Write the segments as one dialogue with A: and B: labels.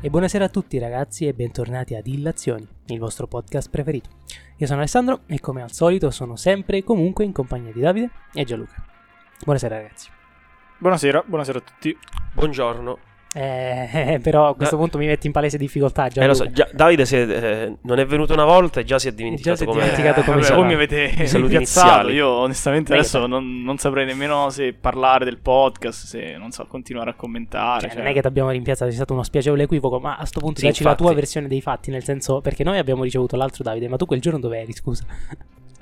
A: E buonasera a tutti ragazzi e bentornati ad Illazioni, il vostro podcast preferito. Io sono Alessandro e come al solito sono sempre e comunque in compagnia di Davide e Gianluca. Buonasera ragazzi.
B: Buonasera, buonasera a tutti.
C: Buongiorno.
A: Eh, però a questo
C: Da-
A: punto mi metti in palese difficoltà Gianluca. Cioè,
C: Eh, lo so, già- Davide si è, eh, non è venuto una volta e già si è dimenticato
A: Già si è
C: come
A: dimenticato come
B: Eh, vabbè,
A: sarà.
B: voi mi avete
C: I saluti
B: piazzato.
C: iniziali.
B: Io onestamente
A: Dai,
B: adesso non, non saprei nemmeno se parlare del podcast, se non so continuare a commentare.
A: Cioè,
B: cioè.
A: non è che ti abbiamo rimpiazzato, c'è stato uno spiacevole equivoco, ma a sto punto
C: Sì,
A: dacci la tua
C: infatti.
A: versione dei fatti, nel senso, perché noi abbiamo ricevuto l'altro Davide, ma tu quel giorno dove eri, scusa?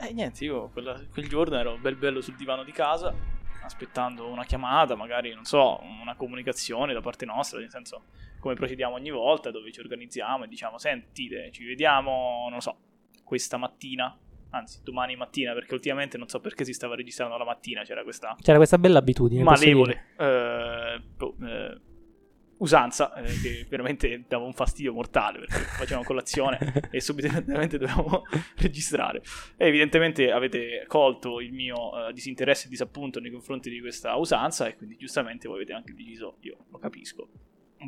B: Eh, niente, io quella- quel giorno ero bel bello sul divano di casa, aspettando una chiamata, magari, non so, una comunicazione da parte nostra, nel senso, come procediamo ogni volta, dove ci organizziamo e diciamo, sentite, ci vediamo, non so, questa mattina, anzi, domani mattina, perché ultimamente non so perché si stava registrando la mattina, c'era questa
A: C'era questa bella abitudine. posso dire.
B: malevole eh, boh, eh, usanza eh, che veramente dava un fastidio mortale perché facevamo colazione e subitamente dovevamo registrare. E evidentemente avete colto il mio eh, disinteresse e disappunto nei confronti di questa usanza e quindi giustamente voi avete anche deciso, io lo capisco,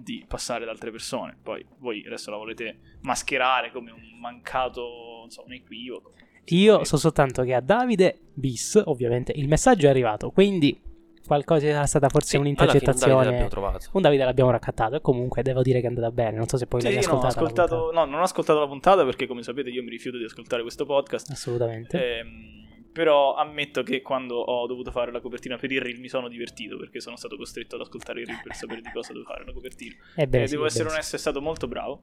B: di passare ad altre persone. Poi voi adesso la volete mascherare come un mancato, non so, un equivoco.
A: Io
B: Eh,
A: so soltanto che a Davide bis, ovviamente, il messaggio è arrivato, quindi qualcosa era stata forse
C: Sì, alla fine Davide l'abbiamo
A: un'intercettazione.
C: trovato.
A: Un Davide l'abbiamo raccattato e comunque devo dire che è andata bene, non so se poi
B: Sì,
A: l'hai
B: no, ho
A: ascoltata. la puntata.
B: ascoltato, no, non ho ascoltato la puntata perché come sapete io mi rifiuto di ascoltare questo podcast.
A: Ah. Assolutamente.
B: Ehm, però ammetto che quando ho dovuto fare la copertina per il reel mi sono divertito perché sono stato costretto ad ascoltare il reel per sapere di cosa devo fare la copertina.
A: Ebbene
B: Eh,
A: sì, ebbene
B: devo essere
A: sì.
B: onesto, è stato molto bravo.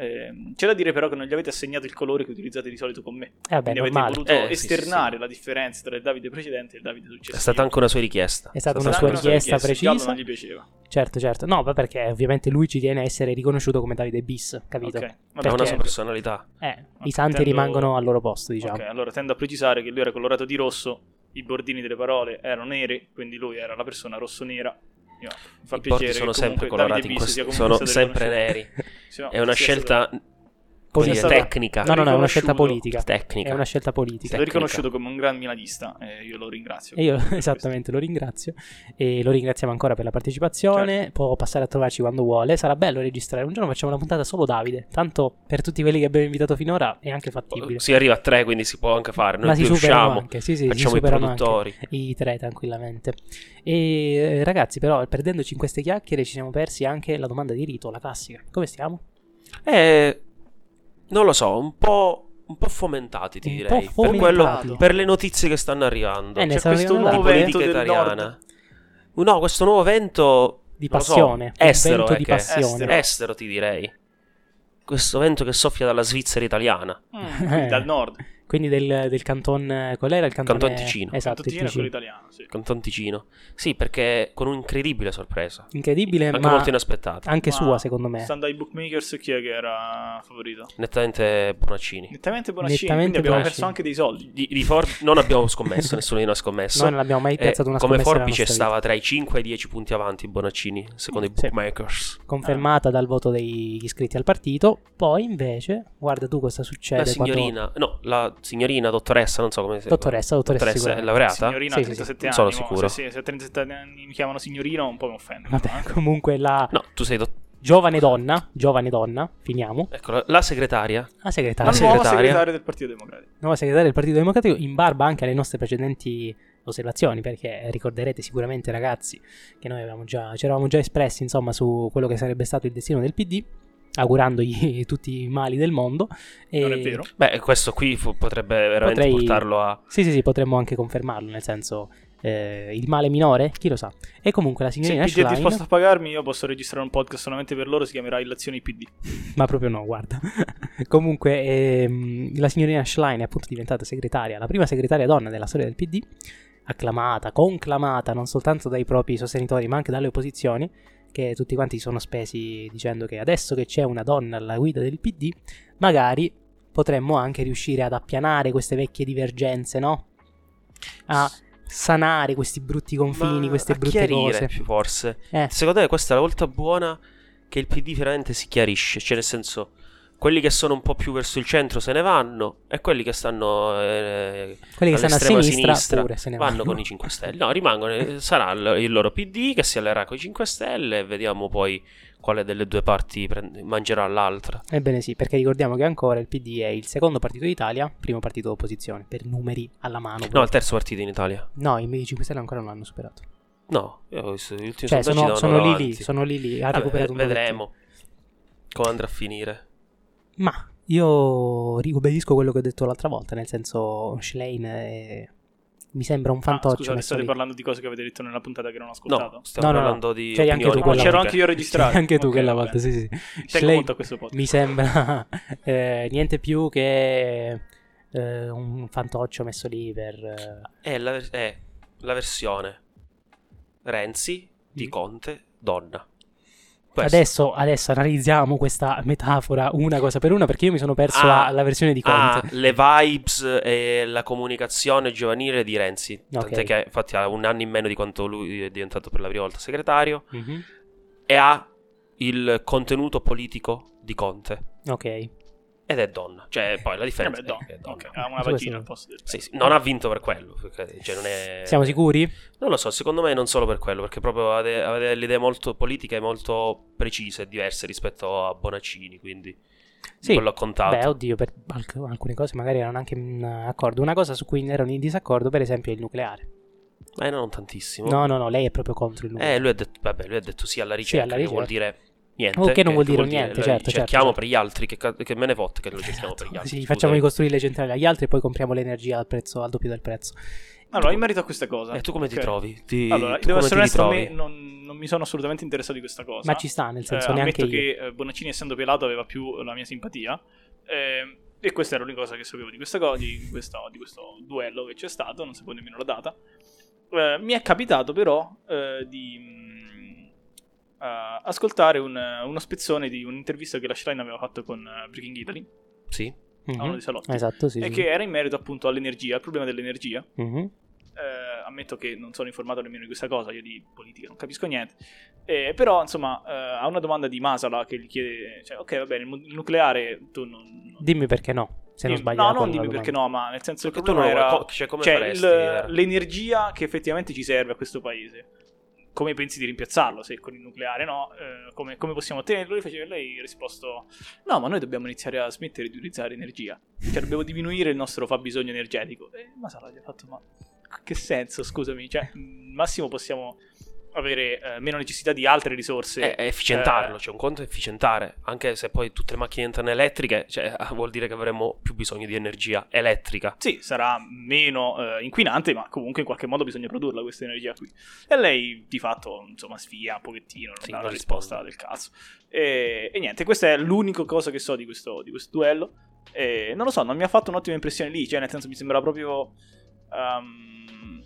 B: Ehm, c'è da dire però che non gli avete assegnato il colore che utilizzate di solito con me.
A: Eh, vabbè,
B: Quindi avete
A: normale.
B: voluto
C: Eh, sì,
B: esternare
C: sì,
B: la differenza tra il Davide precedente e il Davide successivo.
C: È stata anche una sua richiesta.
A: È stata
B: È
A: una
B: stata
A: sua
B: anche
A: richiesta
B: il giallo
A: precisa.
B: non gli piaceva.
A: Certo, certo. No, ma perché ovviamente lui ci tiene a essere riconosciuto come Davide bis, capito?
B: Ok,
C: È
B: vabbè,
C: una
A: perché-
C: sua personalità.
A: Eh,
B: Ma
A: i santi
B: intendo-
A: rimangono al loro posto, diciamo.
B: Ok, allora tendo a precisare che lui era colorato di rosso, i bordini delle parole erano neri, quindi lui era la persona rosso-nera. Io- mi fa
C: I
B: piacere
C: porti sono
B: che comunque Davide
C: sempre colorati, in
B: Bis
C: questo-
B: sia comunque
C: sono
B: stato
C: sempre
B: riconosciuto.
C: neri.
B: Sì, no,
C: È una
B: sia stato-
C: scelta come dire,
B: stato-
C: tecnica.
A: No, no, no, è una scelta
B: riconosciuto-
A: politica.
C: Tecnica.
A: È una scelta
B: È
A: politica.
B: stato riconosciuto come un gran milanista e io lo ringrazio.
A: E io esatto,
B: per questo.
A: esattamente lo ringrazio e lo ringraziamo ancora per la partecipazione.
C: Certo.
A: Può passare a trovarci quando vuole. Sarà bello registrare. Un giorno facciamo una puntata solo Davide. Tanto per tutti quelli che abbiamo invitato finora è anche fattibile.
C: Si arriva a tre, quindi si può anche fare. Noi
A: Ma si
C: più
A: superano
C: usciamo,
A: anche. Sì, sì, si
C: facciamo i
A: superano anche.
C: produttori.
A: I tre tranquillamente. E eh, ragazzi, però, perdendoci in queste chiacchiere, ci siamo persi anche la domanda di rito, la classica. Come stiamo?
C: Eh, non lo so, un po', un po' fomentati, ti
A: Un
C: direi.
A: po'
C: Per, quello-
A: fomentati.
C: per le notizie che stanno arrivando.
A: Eh, ne
C: C'è
A: stanno
C: questo
A: arrivando
C: nuovo
B: tante.
C: vento
B: Vento del
C: italiana. No, questo nuovo vento
A: Di
C: Non lo so,
A: passione. un
C: estero,
A: vento
C: eh,
A: di
C: che è
A: passione.
B: estero.
C: estero, ti direi. Questo vento che soffia dalla Svizzera italiana.
B: Mm, quindi
A: Eh.
B: dal nord,
A: Quindi del, del canton. eh, Qual era il cantone?
C: Canton Ticino.
A: Esatto,
B: tutti
A: il
B: era
A: Ticino.
B: quello italiano, sì.
C: Canton Ticino. Sì, perché con un'incredibile sorpresa.
A: Incredibile,
C: anche
A: ma
C: molto inaspettata.
A: anche
B: Ma
A: sua, secondo me.
B: Stando ai bookmakers chi è che era favorito?
C: Nettamente Bonaccini.
B: Nettamente Bonaccini,
A: Nettamente
B: quindi abbiamo
A: Bonaccini.
B: perso anche dei soldi.
C: Di, di For- non abbiamo scommesso, nessuno di noi ha scommesso.
A: Noi non abbiamo mai
C: Eh,
A: piazzato una
C: come
A: scommessa nella
C: forbice
A: nostra vita.
C: stava tra i 5 e i 10 punti avanti Bonaccini, secondo i
A: Sì. Cioè,
C: bookmakers.
A: Confermata dal voto degli iscritti al partito. Poi, invece, guarda tu cosa succede.
C: La
A: quando-
C: signorina, no, la signorina dottoressa, non so come si
A: Dottoressa, dottoressa,
C: Dottoressa è
A: sicuramente.
C: laureata?
B: Signorina
A: Sì,
B: a
A: sì, sì.
B: 37
C: Non
B: anni.
C: sono
B: mo,
C: sicuro.
B: Se, se a 37 anni mi chiamano signorino un po' mi offendo. eh.
A: Vabbè, comunque la
C: No, tu sei dott-
A: giovane donna, giovane donna, finiamo,
C: ecco, la, la segretaria.
A: la
B: La
A: segretaria,
B: nuova
C: La
B: segretaria.
C: Ah, segretaria
B: del Partito Democratico.
A: nuova segretaria del Partito Democratico, in barba anche alle nostre precedenti osservazioni, perché ricorderete sicuramente ragazzi che noi avevamo già, ci eravamo già espressi insomma su quello che sarebbe stato il destino del PD, augurandogli tutti i mali del mondo. E...
B: Non è vero?
C: Beh, questo qui fu- potrebbe veramente
A: Potrei-
C: portarlo a
A: Sì, sì, sì, potremmo anche confermarlo, nel senso eh, il male minore, chi lo sa. E comunque la
B: Se il
A: signorina
B: PD è
A: Schlein,
B: disposto a pagarmi, io posso registrare un podcast solamente per loro. Si chiamerà Illazioni Ah, PD.
A: ma proprio no, guarda. comunque ehm, la signorina Schlein è appunto diventata segretaria, la prima segretaria donna della storia del PD, acclamata, conclamata non soltanto dai propri sostenitori, ma anche dalle opposizioni che tutti quanti si sono spesi dicendo che adesso che c'è una donna alla guida del PD, magari potremmo anche riuscire ad appianare queste vecchie divergenze, no? A sanare questi brutti confini,
C: Ma
A: queste
C: a
A: brutte
C: chiarire,
A: cose.
C: più forse.
A: Eh.
C: Secondo me questa è la volta buona che il PD veramente si chiarisce, cioè nel senso Quelli che sono un po' più verso il centro se ne vanno e quelli che stanno eh,
A: Quelli che stanno a
C: all'estrema
A: sinistra,
C: sinistra
A: pure se ne vanno.
C: vanno con i 5 Stelle. No, rimangono, eh, sarà il il loro PD che si allerà con i 5 Stelle e vediamo poi quale delle due parti prende- mangerà l'altra.
A: Ebbene sì, perché ricordiamo che ancora il PD è il secondo partito d'Italia, primo partito d'opposizione, per numeri alla mano.
C: No, il terzo partito in Italia.
A: No, i 5 Stelle ancora non l'hanno superato.
C: No, io ho visto gli ultimi
A: Cioè, sono,
C: sondaggi davano
A: sono lì
C: avanti.
A: lì, sono lì lì, ha
C: Vabbè,
A: recuperato un po'.
C: vedremo come andrà a finire.
A: Ma io riobbedisco quello che ho detto l'altra volta, nel senso Schlein è- mi sembra un
B: Ah,
A: fantoccio.
B: scusate,
A: messo
B: state
A: lì.
B: parlando di cose che avete detto nella puntata che non ho ascoltato.
C: No, stiamo
A: No, no, no.
C: parlando di
A: C'eri anche tu
C: opinioni
B: Ah,
A: quella
B: c'ero
C: politiche.
A: volta.
B: anche io registrato.
A: Anche tu
B: Ok,
A: quella
B: va
A: volta,
B: bene.
A: sì sì.
B: Tengo
A: Schlein-
B: conto a questo podcast.
A: mi sembra eh, niente più che eh, un fantoccio messo lì per... eh,
C: È la, ver- è la versione Renzi di
A: Mm.
C: Conte donna. Questo.
A: Adesso, adesso analizziamo questa metafora una cosa per una perché io mi sono perso
C: Ah.
A: alla versione di
C: ha
A: Conte.
C: le vibes e la comunicazione giovanile di Renzi. Tant'è
A: Ok.
C: che infatti ha un anno in meno di quanto lui è diventato per la prima volta segretario.
A: Mhm.
C: E ha il contenuto politico di Conte.
A: Ok.
C: Ed è donna. Cioè, poi la differenza
B: Vabbè, no.
C: è che è donna.
B: Eh Ok, ha una
A: Scusa,
B: vagina
A: sì.
B: al posto del
C: Sì, sì, Non ha vinto per quello. perché, cioè, non è-
A: Siamo sicuri?
C: Non lo so, secondo me non solo per quello, perché proprio ave- aveva delle idee molto politiche molto precise e diverse rispetto a Bonaccini, quindi
A: Sì.
C: quello ha contato.
A: Beh, oddio, per alc- alcune cose magari erano anche in eh, accordo. Una cosa su cui erano in disaccordo, per esempio, è il nucleare.
C: Eh, no, non tantissimo.
A: No, no, no, lei è proprio contro il nucleare.
C: Eh, lui ha detto, vabbè, lui ha detto sì alla ricerca,
A: alla
C: che vuol dire niente.
A: Oh, che non vuol dire niente,
C: la-
A: certo,
C: Cerchiamo
A: certo. Esatto.
C: per gli altri, che, ca- che me ne fotte che lo cerchiamo Eh, per gli altri.
A: Sì,
C: scusami.
A: facciamo ricostruire le centrali agli altri e poi compriamo l'energia al prezzo al doppio del prezzo.
B: Allora, in merito a questa cosa.
C: E Eh, tu come ti
B: ok.
C: trovi? Ti,
B: Allora,
C: tu
B: devo
C: come
B: essere
C: ti
B: onesto, a
C: ritrovi?
B: me non, non mi sono assolutamente interessato di questa cosa.
A: Ma ci sta, nel senso
B: Eh,
A: neanche
B: ammetto
A: io.
B: che eh, Bonaccini, essendo pelato, aveva più la mia simpatia. Ehm, e questa era l'unica cosa che sapevo di, questa co- di, questo, di questo duello che c'è stato, non sapevo nemmeno la data. Eh, mi è capitato però eh, di mm, eh, ascoltare un, eh, uno spezzone di un'intervista che la Schlein aveva fatto con eh, Breaking Italy,
C: Sì,
A: Mhm.
B: a uno dei salotti,
A: Esatto, sì.
B: e
A: sì.
B: che era in merito appunto all'energia, al problema dell'energia.
A: Mhm.
B: Eh, ammetto che non sono informato nemmeno di questa cosa, io di politica non capisco niente. Eh, però, insomma, eh, a una domanda di Masala che gli chiede: cioè, Ok, va bene, il mu- il nucleare tu non. non-
A: Dimmi perché no, se non
B: dimmi-
A: sbaglio.
B: No,
A: era
B: non
A: quella
B: dimmi
A: la
B: perché
A: domanda. Eh,
B: no, ma nel senso il
C: Perché tu non
B: problema era.
C: vuoi- co- cioè, come
B: cioè,
C: faresti?
B: il-
C: eh?
B: l'energia che effettivamente ci serve a questo paese. Come pensi di rimpiazzarlo? Se con il nucleare no? Eh, come, come possiamo ottenerlo? Lui faceva- lei ha risposto: No, ma noi dobbiamo iniziare a smettere di utilizzare energia. Cioè, dobbiamo diminuire il nostro fabbisogno energetico. E Masala gli ha fatto: Ma che senso, scusami? Cioè, mh, massimo possiamo avere eh, meno necessità di altre risorse.
C: Eh, efficientarlo,
B: Eh.
C: cioè un conto è efficientare, anche se poi tutte le macchine entrano elettriche, cioè, vuol dire che avremo più bisogno di energia elettrica.
B: Sì, sarà meno eh, inquinante, ma comunque in qualche modo bisogna produrla questa energia qui. E lei di fatto, insomma, sfia un pochettino, non
C: Sì,
B: dà
C: non
B: una
C: risponde.
B: risposta del cazzo. E, e niente, questa è l'unica cosa che so di questo, di questo duello. E non lo so, non mi ha fatto un'ottima impressione lì, cioè nel senso mi sembra proprio... ehm,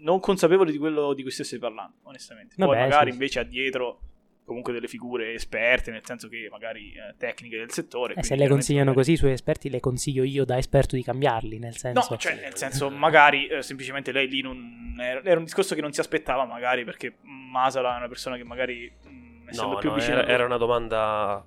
B: non consapevole di quello di cui stesse parlando, onestamente. Poi
A: Vabbè,
B: magari
A: sì, sì.
B: invece ha dietro comunque delle figure esperte, nel senso che magari eh, tecniche del settore.
A: Eh,
B: quindi
A: se le
B: chiaramente
A: consigliano
B: magari-
A: così i suoi esperti, le consiglio io da esperto di cambiarli, nel senso...
B: No, cioè, nel senso, magari eh, semplicemente lei lì non. Era, era un discorso che non si aspettava, magari perché Masala è una persona che magari. mh, essendo
C: No,
B: più
C: no,
B: vicina.
C: era, era una domanda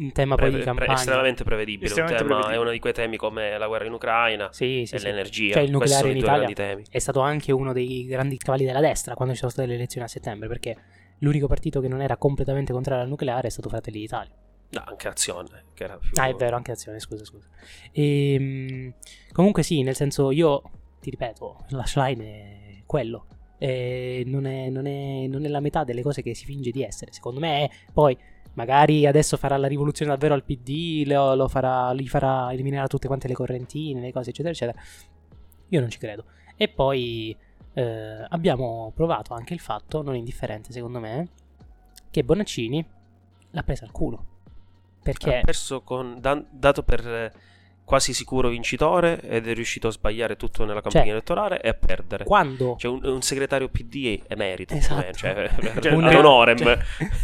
A: un tema
C: pre-
A: poi di
C: pre-
A: campagna.
C: estremamente prevedibile.
B: Estremamente
C: un tema-
B: prevedibile.
C: È uno di quei temi come la guerra in Ucraina
A: Sì, sì,
C: e
A: sì.
C: l'energia.
A: Cioè, il
C: Questi
A: nucleare
C: sono
A: in
C: i due
A: Italia
C: grandi temi.
A: è stato anche uno dei grandi cavalli della destra quando ci sono state le elezioni a settembre, perché l'unico partito che non era completamente contrario al nucleare è stato Fratelli d'Italia.
C: No, anche azione, che era più...
A: Ah, è vero, anche Azione, scusa, scusa. Ehm, comunque sì, nel senso io, ti ripeto, la Schlein è quello. Eh, non, è, non è- non è la metà delle cose che si finge di essere. Secondo me è, poi magari adesso farà la rivoluzione davvero al PD, lo, lo farà, li farà eliminare tutte quante le correntine, le cose eccetera eccetera. Io non ci credo. E poi eh, abbiamo provato anche il fatto, non indifferente secondo me, che Bonaccini l'ha presa al culo. Perché
C: Ha Ah, perso con, dan- dato per eh, quasi sicuro vincitore ed è riuscito a sbagliare tutto nella campagna
A: Cioè,
C: elettorale e a perdere.
A: quando
C: Cioè un, un segretario PD emerito,
A: Esatto.
C: come- cioè, ad
B: Una-
C: honorem.
A: cioè,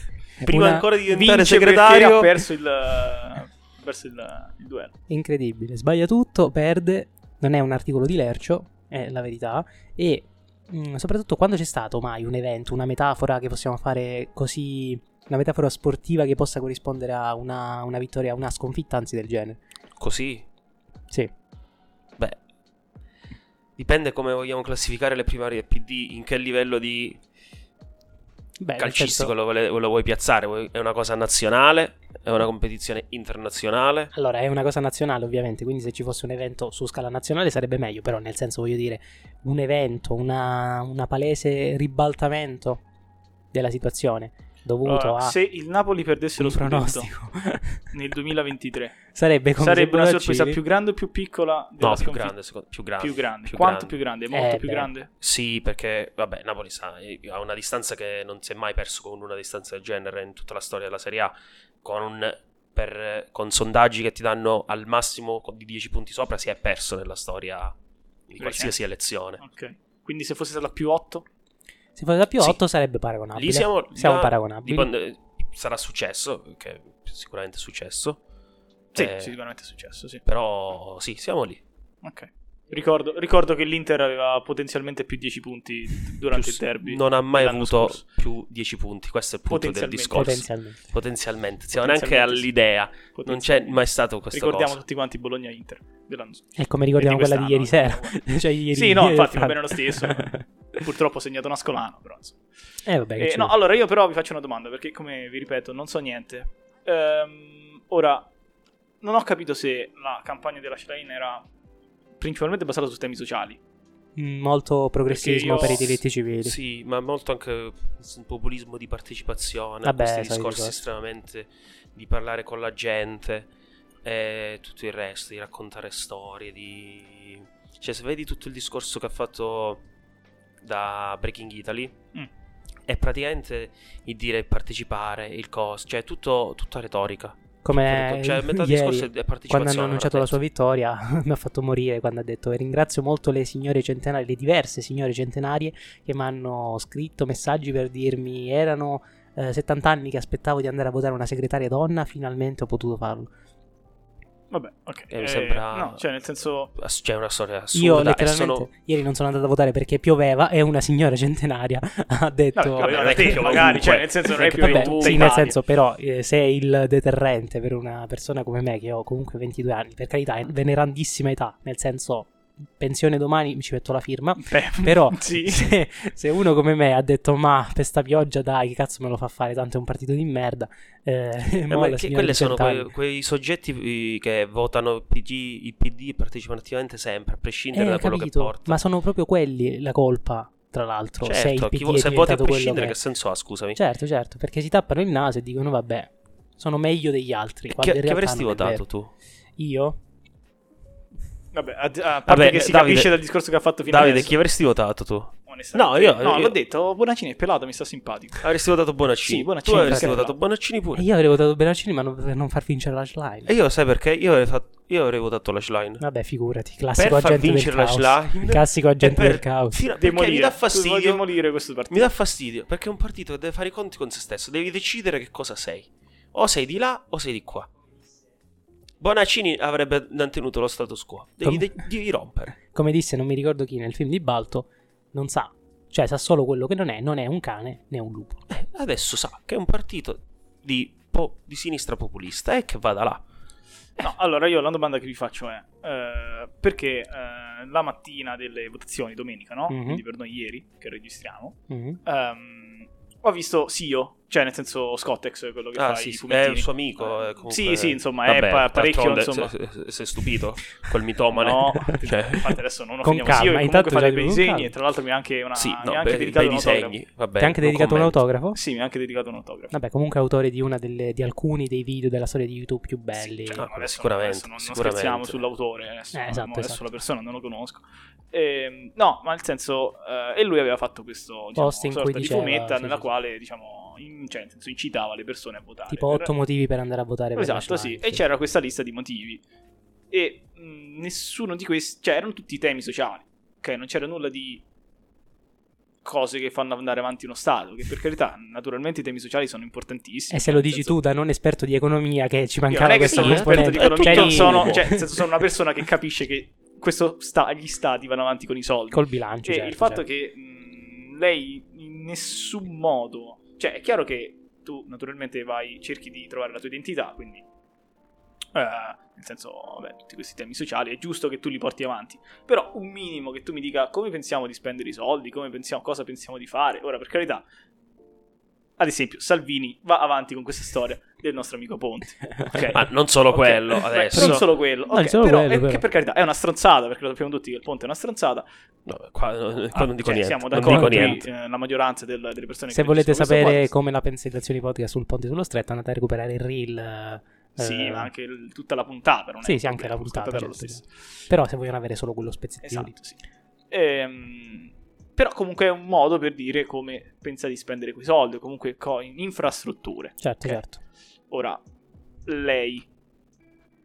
C: Prima
A: una-
C: ancora di diventare
B: Vince
C: segretario
B: perché ha perso il. ha perso il, il duello.
A: incredibile sbaglia tutto perde non è un articolo di Lercio è la verità e mm, soprattutto quando c'è stato mai un evento una metafora che possiamo fare così una metafora sportiva che possa corrispondere a una, una vittoria, a una sconfitta anzi del genere.
C: Così?
A: Sì.
C: Beh, dipende come vogliamo classificare le primarie PD, in che livello di
A: Beh, nel
C: calcistico
A: senso-
C: lo, vole- lo vuoi piazzare. Vuoi- È una cosa nazionale? È una competizione internazionale?
A: Allora, è una cosa nazionale, ovviamente, quindi se ci fosse un evento su scala nazionale sarebbe meglio, però nel senso, voglio dire, un evento, una, una palese ribaltamento della situazione dovuto
B: Allora,
A: a
B: se il Napoli perdesse lo
A: ah. un
B: scudetto
A: pronostico
B: nel 2023
A: sarebbe come se
B: sarebbe una
A: Bonucci-
B: sorpresa più grande o più piccola della
C: No, più
B: sconfitta?
C: grande, secondo- più grande.
B: più grande.
C: più
B: Quanto
C: grande.
B: più grande? Molto
A: Eh,
B: più
A: beh.
B: grande?
C: Sì, perché vabbè, Napoli sa, eh, ha una distanza che non si è mai perso con una distanza del genere in tutta la storia della Serie A, con, un- per, eh, con sondaggi che ti danno al massimo con- di 10 punti sopra, si è perso nella storia di qualsiasi elezione.
B: Ok. Quindi se fosse stata più 8?
A: Se fosse da più
C: Sì.
A: 8 sarebbe paragonabile.
C: Lì siamo,
A: Siamo
C: là-
A: paragonabili.
C: di quando- eh, sarà successo, che sicuramente è successo.
B: Sì,
C: Eh,
B: sicuramente è successo, sì.
C: Però sì, siamo lì.
B: Ok. Ricordo, ricordo che l'Inter aveva potenzialmente più 10 punti durante il
C: Giusto.
B: derby.
C: non ha mai
B: dell'anno
C: avuto
B: scorso.
C: più 10 punti, questo è il punto del
B: Potenzialmente.
C: discorso.
A: potenzialmente.
C: Potenzialmente, siamo neanche
B: Potenzialmente sì.
C: all'idea. Non c'è mai stato questo
B: Ricordiamo
C: cosa.
B: tutti quanti Bologna-Inter dell'anno scorso.
A: È come ricordiamo
B: Di
A: quella di ieri
B: quest'anno,
A: sera. cioè, ieri,
B: Sì, no, infatti, va
A: ieri-
B: bene lo stesso. Purtroppo ha segnato Nascolano, però insomma.
A: eh, vabbè, che
B: Eh,
A: ci
B: no,
A: vuole.
B: allora io però vi faccio una domanda perché come vi ripeto non so niente. Ehm, ora, non ho capito se la campagna della Schlein era principalmente basata su temi sociali.
A: Mm, Molto progressismo
B: io-
A: per i diritti civili.
C: Sì, ma molto anche un populismo di partecipazione,
A: Vabbè,
C: questi
A: solite
C: discorsi
A: cose.
C: estremamente di parlare con la gente e tutto il resto, di raccontare storie, di... Cioè, se vedi tutto il discorso che ha fatto da Breaking Italy,
B: Mm.
C: è praticamente il dire il partecipare, il coso, cioè tutto, tutta retorica.
A: Come
C: Cioè, metà del
A: ieri,
C: discorso è- è partecipazione. eh,
A: quando hanno
C: l'hanno
A: annunciato la
C: detto.
A: sua vittoria, mi ha fatto morire quando ha detto "E ringrazio molto le signore centenarie, le diverse signore centenarie che mi hanno scritto messaggi per dirmi erano eh, 70 anni che aspettavo di andare a votare una segretaria donna, finalmente ho potuto farlo.
B: Vabbè, ok.
C: Eh, mi sembra-
B: No, cioè nel senso...
C: Ass- C'è una storia assurda.
A: Io
C: e
A: letteralmente
C: sono-
A: ieri non sono andato a votare perché pioveva e una signora centenaria ha detto...
B: Vabbè,
C: Vabbè,
B: da
C: non è che
B: te,
C: piove
B: magari,
C: ovunque.
B: cioè nel senso non è
C: Anche
B: più
C: piove
A: Vabbè,
C: in tutta
A: sì, nel senso, però, eh, se è il deterrente per una persona come me, che ho comunque 22 anni, per carità, è venerandissima età, nel senso, pensione domani mi ci metto la firma. Però,
B: sì.
A: se, se uno come me ha detto, ma per sta pioggia, dai, che cazzo me lo fa fare? Tanto è un partito di merda. Eh,
C: Eh,
A: mo
C: ma
A: la
C: che-
A: signora
C: quelle
A: di
C: sono quei,
A: 100
C: quei soggetti eh, che votano PG, il PD e partecipano attivamente sempre, a prescindere
A: anni.
C: da
A: Eh,
C: quello
A: capito,
C: che porta.
A: ma sono proprio quelli la colpa, tra l'altro. se il
C: certo,
A: PD
C: chi vo-
A: è
C: se voti a
A: diventato quello
C: prescindere,
A: che-
C: che senso ha, scusami?
A: Certo, certo, perché si tappano il naso e dicono, vabbè, sono meglio degli altri.
C: Che-
A: quando in
C: che,
A: realtà
C: avresti
A: non è
C: votato
A: vero.
C: tu?
A: Io?
B: Vabbè, a, a parte
C: Vabbè,
B: che si
C: Davide-
B: capisce dal discorso che ha fatto fino
C: Davide,
B: adesso.
C: chi avresti votato tu?
B: onestamente.
C: No, io-
B: No,
C: io-
B: l'ho detto, Bonaccini è pelato, mi sta simpatico.
C: Avresti votato Bonaccini.
B: Sì, Bonaccini,
C: tu avresti
B: perché
C: votato
B: no?
C: Bonaccini
A: E
C: pure. Eh,
A: io avrei votato Beracini, ma non- per non far vincere la Schlein.
C: E io sai perché? Io avrei, fatto- io avrei votato la Schlein.
A: Vabbè, figurati,
C: Per
A: classico
C: far
A: agente del
C: vincere la
A: caos.
C: Schlein.
A: Classico
C: e
A: agente
C: per-
A: del caos.
C: fino- perché
B: Demolire.
C: mi dà
B: Vuoi
C: fastidio.
B: demolire questo partito.
C: Mi dà fastidio perché è un partito che deve fare i conti con se stesso, devi decidere che cosa sei. O sei di là o sei di qua. Bonaccini avrebbe mantenuto lo status quo,
A: Com-
C: devi, de- devi rompere.
A: Come disse, non mi ricordo chi, nel film di Balto, non sa. Cioè, sa solo quello che non è, non è un cane né un lupo.
C: Eh, adesso sa che è un partito di, po- di sinistra populista e che vada là. Eh.
B: No, allora io la domanda che vi faccio è: eh, perché eh, la mattina delle votazioni, domenica, no?
A: Mhm.
B: Quindi per noi ieri che registriamo,
A: Mhm.
B: ehm, ho visto Sio, cioè nel senso Scottex, quello che
C: Ah
B: fa
C: sì,
B: i
C: sì,
B: fumettini.
C: è un suo amico. eh, comunque-
B: Sì, sì, insomma, è
C: Vabbè,
B: pa- parecchio.
C: d'altronde,
B: Insomma.
C: se- se- Sei stupito? Quel mitomane.
B: No,
C: Cioè-
B: infatti adesso non
A: Con
B: offendiamo
A: calma,
B: Sio, che comunque
A: intanto
B: fa
A: già
B: dei bei
A: con
B: disegni
A: calma.
B: e tra l'altro mi ha anche, una,
C: sì,
B: mi ha
C: no,
B: anche
C: bei,
B: dedicato
C: bei
B: un autografo.
C: disegni. Vabbè,
A: Ti ha anche
C: non
A: dedicato un
C: commento.
A: autografo?
B: Sì, mi ha anche dedicato un autografo.
A: Vabbè, comunque autore di, una delle, di alcuni dei video della storia di YouTube più
B: Sì,
A: belli.
B: cioè,
C: Ah,
B: adesso non-
C: sicuramente,
B: adesso non, non
C: sicuramente.
B: scherziamo sull'autore, adesso,
A: Eh, esatto,
B: mo- adesso
A: esatto.
B: la persona non lo conosco. Ehm, no, ma nel senso, eh, e lui aveva fatto questo diciamo,
A: Post in
B: sorta
A: cui
B: di
A: diceva,
B: fumetta
A: sì,
B: nella
A: sì.
B: quale diciamo, in- cioè, nel senso, incitava le persone a votare.
A: tipo
B: Per-
A: 8 motivi per andare a votare per la
B: Esatto, sì.
A: Schlein,
B: E c'era questa lista di motivi. E mh, nessuno di questi, cioè erano tutti temi sociali, ok? Non c'era nulla di cose che fanno andare avanti uno Stato, che per carità, naturalmente i temi sociali sono importantissimi.
A: E Eh, se lo
B: nel
A: dici
B: senso-
A: tu da non esperto di economia che ci
B: io non
A: mancava
B: è che
A: questa
B: sono un esperto di
A: componente.
B: economia,
A: Cioè,
B: sono, cioè, nel senso, sono una persona che capisce che questo sta- gli stati vanno avanti con i soldi.
A: col bilancio,
B: Cioè,
A: certo,
B: il fatto
A: certo.
B: che mh, lei in nessun modo, cioè è chiaro che tu naturalmente vai, cerchi di trovare la tua identità, quindi eh, nel senso, vabbè, tutti questi temi sociali è giusto che tu li porti avanti, però un minimo che tu mi dica come pensiamo di spendere i soldi, come pensiamo, cosa pensiamo di fare. Ora, per carità, ad esempio, Salvini va avanti con questa storia del nostro amico Ponti. ok?
C: Ma non solo
B: Ok,
C: quello
B: beh,
C: adesso.
B: Non solo quello,
A: No,
B: ok,
A: solo
B: però,
A: quello,
B: è-
A: però.
B: che per carità è una stronzata, perché lo sappiamo tutti che il Ponte è una stronzata.
C: No, qua, eh, qua
B: Ah,
C: non dico
B: cioè,
C: niente.
B: Siamo
C: non
B: d'accordo
C: dico
B: qui,
C: niente.
B: eh, la maggioranza del- delle persone
A: Se
B: che
A: volete
B: registrano questo
A: sapere
B: podcast.
A: come la pensa il Azioni Podcast sul Ponte sullo Stretto, andate a recuperare il reel. eh,
B: Sì,
A: eh,
B: ma anche il- tutta la puntata. non è
A: Sì,
B: un
A: sì, anche
B: problema,
A: la puntata,
B: ascoltatela lo
A: certo,
B: stesso.
A: Però se vogliono avere solo quello spezzettino lì.
B: Esatto, sì. Ehm, però comunque è un modo per dire come pensa di spendere quei soldi, o comunque co- in infrastrutture.
A: Certo,
B: Ok.
A: certo.
B: Ora, lei,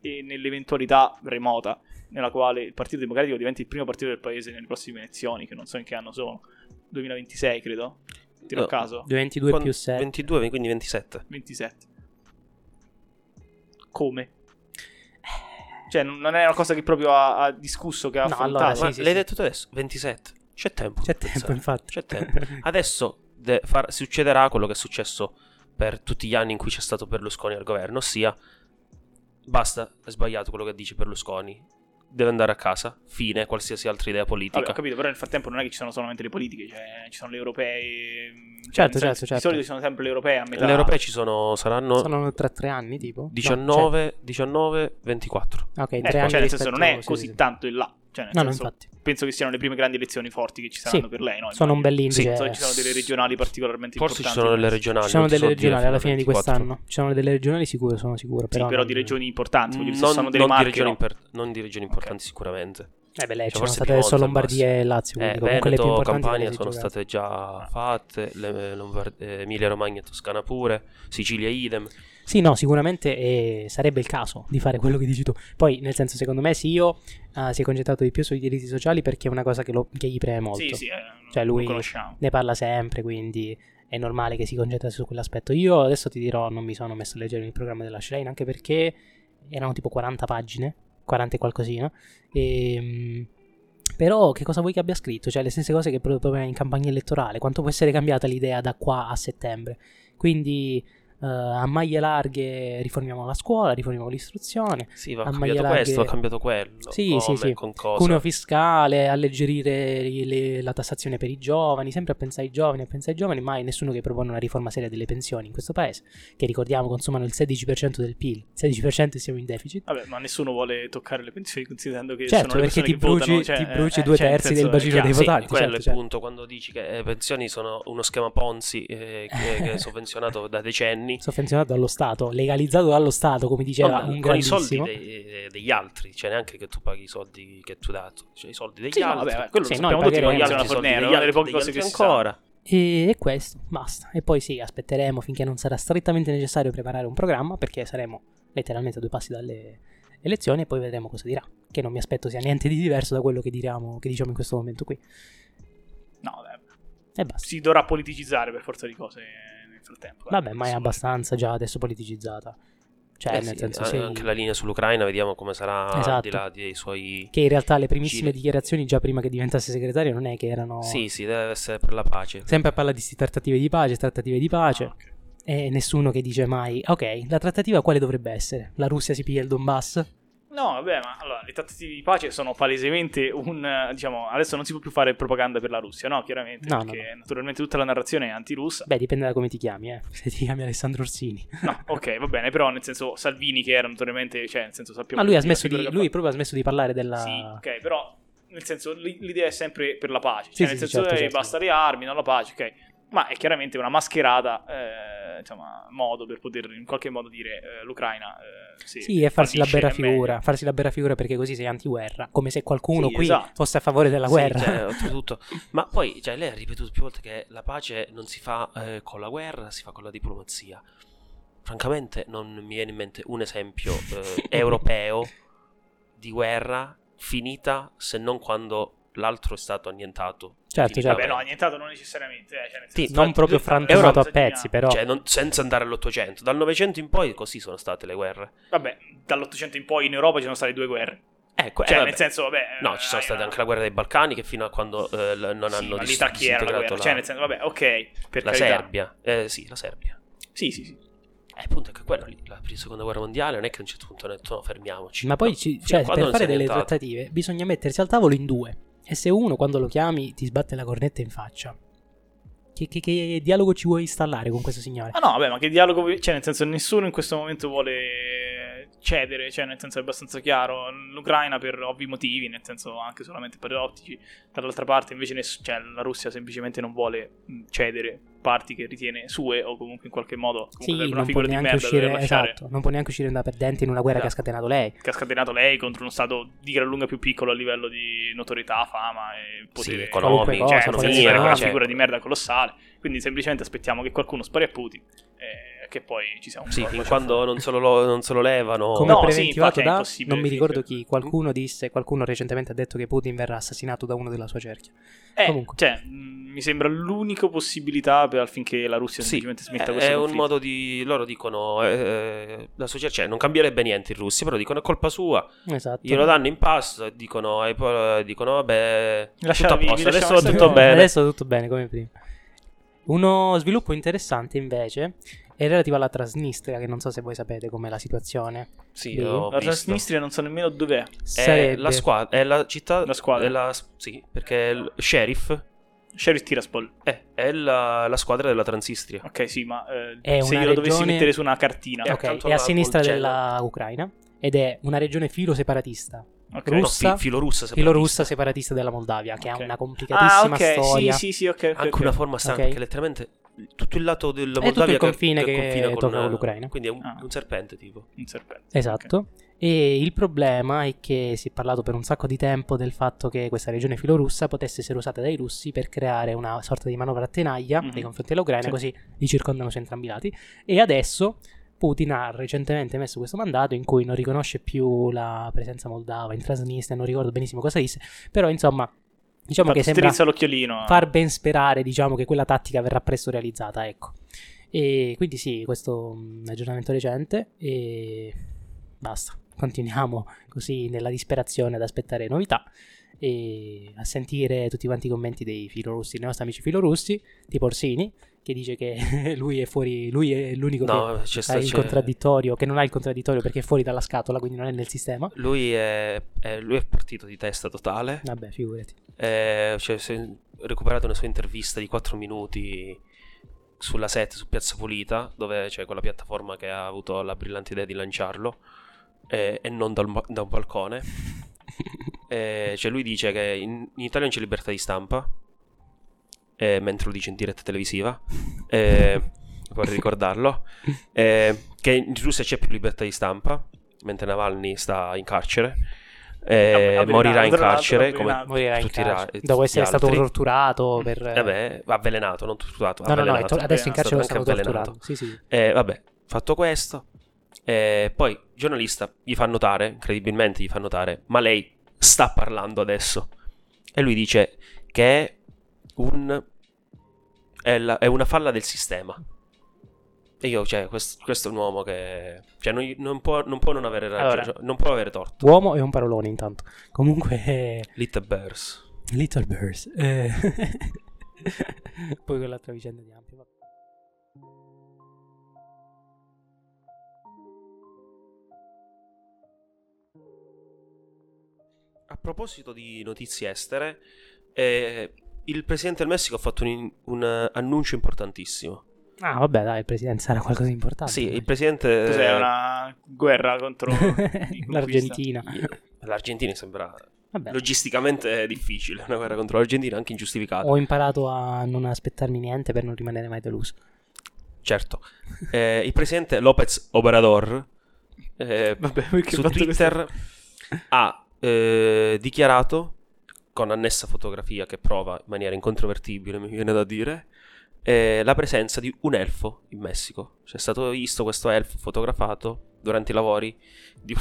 B: e nell'eventualità remota nella quale il Partito Democratico diventi il primo partito del paese nelle prossime elezioni, che non so in che anno sono, 2026 credo, tiro
C: No.
B: a caso,
A: 22
C: Quando-
A: più 7.
C: 22, quindi 27.
B: 27. Come? Cioè, non non è una cosa che proprio ha, ha discusso, che ha
A: No,
B: affrontato.
A: allora, sì,
C: Ma l'hai detto tu adesso? 27. C'è tempo.
A: C'è
C: per
A: tempo,
C: pensare.
A: infatti.
C: C'è tempo. Adesso de- far- succederà quello che è successo per tutti gli anni in cui c'è stato Berlusconi al governo, ossia basta, è sbagliato quello che dice Berlusconi, deve andare a casa, fine qualsiasi altra idea politica.
B: Vabbè, ho capito, però nel frattempo non è che ci sono solamente le politiche, cioè ci sono le europee. cioè,
A: Certo,
B: nel
A: certo,
B: senso,
A: certo.
B: Di solito ci sono sempre le europee a metà.
C: Le europee ci sono, saranno
A: Sono tra tre anni, tipo? No,
C: 19, 19, 24.
A: cioè- ok, in
B: Eh,
A: tre anni
B: cioè, nel senso,
A: rispetto-
B: non è
A: sì,
B: così
A: sì, sì.
B: tanto in là. Cioè, nel
A: No, no,
B: senso,
A: infatti.
B: penso che siano le prime grandi elezioni forti che ci saranno
A: Sì,
B: per lei. No?
A: Sono un
B: Immagino.
A: bell'indice.
B: Poi ci sono delle regionali particolarmente
C: Forse ci
B: importanti.
C: sono delle regionali.
A: Ci sono
C: non ti
A: delle
C: so dire
A: regionali alla
C: fino
A: fine
C: al
A: di
C: 24.
A: quest'anno. Ci sono delle regionali sicure, sono sicuro.
B: Sì,
A: Però,
B: però
A: non-
B: di regioni importanti. voglio dire, se
C: Non,
B: sono delle
C: non di
B: marche,
C: regioni
B: no?
C: imper- non di regioni importanti sicuramente.
A: Eh, beh, lei, ci
C: Cioè,
A: sono
C: forse
A: state
C: Piemonte
A: solo
C: al
A: Lombardia e Lazio.
C: Eh,
A: Quindi comunque le più
C: Veneto,
A: importanti
C: Campania
A: le
C: sono
A: giocate.
C: state
A: Ah.
C: già fatte, le- Lombard- eh, Emilia Romagna e Toscana pure, Sicilia idem.
A: Sì, no, sicuramente eh, sarebbe il caso di fare quello che dici tu. Poi, nel senso, secondo me, Sio eh, si è concentrato di più sui diritti sociali perché è una cosa che, lo- che gli preme molto.
B: Sì, sì, eh,
A: Cioè,
B: lo
A: lui-
B: conosciamo.
A: Ne parla sempre, quindi è normale che si concentra su quell'aspetto. Io adesso ti dirò, non mi sono messo a leggere il programma della Shrine, anche perché erano tipo 40 pagine, 40 e qualcosina. Ehm, però che cosa vuoi che abbia scritto? Cioè le stesse cose che proprio in campagna elettorale, quanto può essere cambiata l'idea da qua a settembre? Quindi eh, a maglie larghe riformiamo la scuola, riformiamo l'istruzione,
C: Sì, va
A: A
C: cambiato
A: maglie
C: questo,
A: larghe.
C: ha cambiato quello.
A: Sì,
C: come,
A: sì, sì.
C: Con cosa.
A: cuneo fiscale, alleggerire i- le- la tassazione per i giovani, sempre a pensare ai giovani, a pensare ai giovani, mai nessuno che propone una riforma seria delle pensioni in questo paese, che ricordiamo consumano il 16% del PIL, 16% e siamo in deficit.
B: Vabbè, ma nessuno vuole toccare le pensioni considerando che
A: Certo,
B: sono le
A: perché ti
B: persone che
A: bruci-
B: votano, cioè,
A: ti
B: eh,
A: bruci
B: eh,
A: due
B: cioè, nel
A: terzi del
B: senso, è
A: bacino dei
B: chiaro.
A: voti. votanti,
C: Ah, quello è
A: certo,
C: il
A: certo.
C: punto quando dici che eh, le pensioni sono uno schema Ponzi eh, che, che è sovvenzionato da decenni
A: Sovvenzionato dallo Stato, legalizzato dallo Stato, come diceva
C: Con-
A: un
C: con i soldi
A: grandissimo.
C: dei- degli altri, cioè neanche che tu paghi i soldi che tu hai dato, cioè i soldi degli
B: Sì, no,
C: altri.
B: vabbè, quello
A: Sì,
B: lo
A: noi
B: sappiamo tutti
A: pagheremo
B: come
C: Pagheremo
A: gli
B: funziona
A: altri
C: i soldi
B: Fornero,
C: degli
B: una delle
C: altri,
B: poche
C: degli
B: cose che
C: altri
B: si sa.
C: ancora.
A: E, e questo, basta. E poi sì, aspetteremo finché non sarà strettamente necessario preparare un programma, perché saremo letteralmente a due passi dalle elezioni e poi vedremo cosa dirà. Che non mi aspetto sia niente di diverso da quello che, diriamo- che diciamo in questo momento qui.
B: No, vabbè,
A: E basta.
B: si dovrà politicizzare per forza di cose eh, nel frattempo. dai.
A: Vabbè, ma è
B: Insomma.
A: abbastanza già adesso politicizzata. Cioè,
C: Eh
A: nel
C: sì,
A: senso,
C: an-
A: sì,
C: anche la linea sull'Ucraina, vediamo come sarà al
A: Esatto.
C: di là dei suoi...
A: che in realtà le primissime
C: Gire.
A: dichiarazioni, già prima che diventasse segretario, non è che erano.
C: Sì, sì, deve essere per la pace.
A: Sempre a parla di sti trattative di pace, trattative di pace.
B: Ah, ok.
A: E nessuno che dice mai, ok, la trattativa quale dovrebbe essere? La Russia si piglia il Donbass?
B: No, vabbè, ma allora le trattative di pace sono palesemente un. eh, diciamo, adesso non si può più fare propaganda per la Russia, no? Chiaramente,
A: No,
B: perché naturalmente tutta la narrazione è antirussa.
A: Beh, dipende da come ti chiami, eh. Se ti chiami Alessandro Orsini.
B: No, ok, va bene, però nel senso Salvini, che era naturalmente. cioè, nel senso sappiamo.
A: Ma lui ha
B: tutti la
A: smesso di.
B: figura che ha
A: Lui proprio ha smesso di parlare della.
B: Sì, ok, però nel senso l- l'idea è sempre per la pace,
A: Sì,
B: cioè,
A: sì, sì,
B: nel senso
A: certo,
B: eh,
A: certo.
B: basta le armi, non la pace, ok. Ma è chiaramente una mascherata, eh, insomma, modo per poter in qualche modo dire eh, l'Ucraina. eh, se
A: Sì, e farsi la
B: fallisce
A: bera
B: è meglio.
A: figura. Farsi la bera figura perché così sei antiguerra. Come se qualcuno
B: Sì,
A: qui
B: esatto.
A: fosse a favore della guerra.
C: Sì, cioè, oltretutto. Ma poi, cioè, lei ha ripetuto più volte che la pace non si fa eh, con la guerra, si fa con la diplomazia. Francamente, non mi viene in mente un esempio eh, europeo di guerra finita se non quando l'altro è stato annientato.
A: Certo, certo.
C: Finita
B: Vabbè,
C: la
B: no,
C: guerra.
B: annientato non necessariamente, eh, cioè, nel
C: Sì,
B: senso,
A: non proprio frantumato
B: Europa-
A: a pezzi, però.
C: Cioè, non- senza andare all'Ottocento. Dal Novecento in poi così sono state le guerre.
B: Vabbè, dall'Ottocento in poi in Europa ci sono state due guerre.
C: Ecco, eh,
B: Cioè,
C: vabbè.
B: nel senso, vabbè... eh,
C: No, ci sono state anche la guerra dei Balcani che fino a quando eh, l- non
B: sì,
C: hanno
B: ma
C: dis-
B: l'Italia era la
C: disintegrato
B: guerra?
C: la-
B: Cioè, nel senso, vabbè, ok, per
C: la
B: carità.
C: Serbia. Eh, sì, la Serbia.
B: Sì, sì, sì.
C: Eh, appunto, è che quello lì, la seconda guerra mondiale, non è che a un certo punto hanno detto no, fermiamoci.
A: Ma poi
C: No,
A: ci-
C: fino a
A: cioè,
C: quando
A: per
C: non si
A: fare
C: è
A: delle
C: orientato.
A: trattative bisogna mettersi al tavolo in due. E se uno quando lo chiami ti sbatte la cornetta in faccia, che, che- che dialogo ci vuoi installare con questo signore?
B: Ah no, vabbè, ma che dialogo... vuoi- Cioè, nel senso, nessuno in questo momento vuole cedere, cioè, nel senso, è abbastanza chiaro. L'Ucraina per ovvi motivi, nel senso, anche solamente per ottici. Dall'altra parte, invece, ness- cioè, la Russia semplicemente non vuole mh, cedere parti che ritiene sue o comunque in qualche modo... comunque
A: Sì,
B: sarebbe
A: non
B: una
A: può
B: figura di
A: neanche
B: merda dover
A: uscire,
B: lasciare...
A: esatto, non può neanche uscire da perdente in una guerra che ha
C: Esatto.
A: scatenato lei.
B: Che ha scatenato lei contro uno stato di gran lunga più piccolo a livello di notorietà, fama e potere
C: Sì,
A: Qualunque
C: economico,
A: cosa, Cosa,
B: cioè, nel
A: poteva dire,
B: senso, era
A: no?
B: quella
A: Cioè,
B: figura di merda colossale. Quindi semplicemente aspettiamo che qualcuno spari a Putin e che poi ci siamo.
C: Sì,
B: poi
C: fin
B: c'è
C: quando non se lo, lo- non se lo levano.
A: Come
B: Oh, No, sì,
A: preventivato
B: infatti è
A: da,
B: impossibile
A: non mi
B: finire.
A: ricordo chi, qualcuno disse, qualcuno recentemente ha detto che Putin verrà assassinato da uno della sua cerchia.
B: Eh,
A: Comunque.
B: cioè, mh, mi sembra l'unica possibilità per, affinché la Russia
C: Sì,
B: semplicemente
C: è,
B: smetta questo
C: è un
B: conflitto.
C: modo di... Loro dicono... eh, eh, la sua cioè, non cambierebbe niente in Russia, però dicono è colpa sua.
A: Esatto.
C: Glielo danno in pasto e dicono, e poi eh, dicono vabbè...
B: Lasciavi-
C: tutto a
B: vi
C: posto,
B: lasciamo
C: adesso va
B: stare.
C: tutto bene.
A: Adesso tutto bene come prima. Uno sviluppo interessante invece è relativo alla Transnistria, che non so se voi sapete com'è la situazione.
C: Sì,
A: Sì.
C: ho
B: La
C: visto.
B: Transnistria non so nemmeno dov'è.
C: È
A: Sarebbe-
C: Eh, la squadra, è la città...
B: La squadra.
C: è la- sì, perché il sheriff
B: Sheriff Tiraspol.
C: è, è la, la squadra della Transistria.
B: Ok, sì, ma eh,
A: È
B: se
A: una
B: io lo dovessi
A: regione-
B: mettere su una cartina.
C: Eh,
A: Ok,
C: accanto
A: è a
C: alla
A: sinistra
C: Polcella.
A: della Ucraina ed è una regione filo-separatista,
B: ok.
C: No,
A: Russo. Russa?
C: fi- filorussa. se
A: filorussa separatista della Moldavia, che
B: Ok.
A: ha una
B: Ah,
A: complicatissima
B: ok,
A: storia.
B: sì, sì, sì, ok. ok,
C: Anche
B: ok.
C: una forma stanca,
A: Ok.
C: che letteralmente tutto il lato del
A: tutto
C: Moldavia
A: il
C: che-
A: confine
C: che
A: che
C: confina con, eh,
A: tocca con l'Ucraina.
C: Quindi è un,
B: Ah.
C: un serpente tipo.
B: Un serpente.
A: Esatto. E il problema è che si è parlato per un sacco di tempo del fatto che questa regione filorussa potesse essere usata dai russi per creare una sorta di manovra a tenaglia
B: Mhm.
A: nei confronti dell'Ucraina,
B: Sì.
A: così li circondano su entrambi i lati. E adesso Putin ha recentemente messo questo mandato in cui non riconosce più la presenza moldava in Transnistria, non ricordo benissimo cosa disse, però insomma, diciamo
B: Diciamo
A: che sembra
B: Strizza l'occhiolino.
A: far ben sperare, diciamo, che quella tattica verrà presto realizzata, ecco. E quindi sì, questo mh, aggiornamento recente e basta. Continuiamo così nella disperazione ad aspettare novità e a sentire tutti quanti i commenti dei filorussi, dei nostri amici filorussi, tipo Orsini, che dice che lui è fuori, lui è l'unico
C: No, c'è
A: che ha
C: sta-
A: il
C: c'è-
A: contraddittorio, che non ha il contraddittorio perché è fuori dalla scatola, quindi non è nel sistema.
C: Lui è, è- lui è partito di testa totale.
A: Vabbè, figurati.
C: Eh, cioè, se- recuperate una sua intervista di 4 minuti sulla 7 su Piazza Pulita, dove c'è quella piattaforma che ha avuto la brillante idea di lanciarlo, eh, e non dal ba- da un balcone. Eh, cioè, lui dice che in, in Italia non c'è libertà di stampa, eh, mentre lo dice in diretta televisiva, eh, vorrei ricordarlo, eh, che in Russia c'è più libertà di stampa, mentre Navalny sta in carcere. eh,
B: Avvelenato,
C: morirà in
B: tra l'altro,
C: carcere come
B: avvelenato.
A: Morirà in
C: Tutti i ra-
A: carcere.
C: tutti
A: dopo
C: gli
A: essere stato
C: altri.
A: torturato per...
C: Eh Vabbè, avvelenato, non torturato.
A: No, no, no, è
C: avvelenato.
A: to- adesso in
B: È
A: carcere lo
C: stato anche
A: stanno
C: avvelenato.
A: torturando. Sì, sì.
C: Eh, vabbè, fatto questo, eh, poi il giornalista gli fa notare, incredibilmente gli fa notare, ma lei sta parlando adesso. E lui dice che è, un, è, la- è una falla del sistema. E io, cioè, quest- questo è un uomo che... Cioè, non, non può, non può non avere ragione,
B: Allora.
C: non può avere torto.
A: Uomo e un parolone intanto. Comunque, eh,
C: Little Bears.
A: Little Birds. eh. Poi quell'altra vicenda di Ampio. vabbè.
C: A proposito di notizie estere, eh, il presidente del Messico ha fatto un, un, eh, annuncio importantissimo.
A: Ah, vabbè, dai, il presidente sarà qualcosa di importante.
C: sì,
A: dai.
C: il presidente.
B: Cos'è una guerra contro di conquista?
A: l'Argentina.
C: L'Argentina sembra
A: Vabbè,
C: logisticamente difficile, una guerra contro l'Argentina anche ingiustificata.
A: ho imparato a non aspettarmi niente per non rimanere mai deluso.
C: Certo. Eh, il presidente Lopez Obrador eh,
B: Vabbè, perché
C: su
B: ho fatto
C: Twitter ha eh, dichiarato, con annessa fotografia che prova in maniera incontrovertibile, mi viene da dire, eh, la presenza di un elfo in Messico. Cioè, è stato visto questo elfo fotografato durante i lavori di...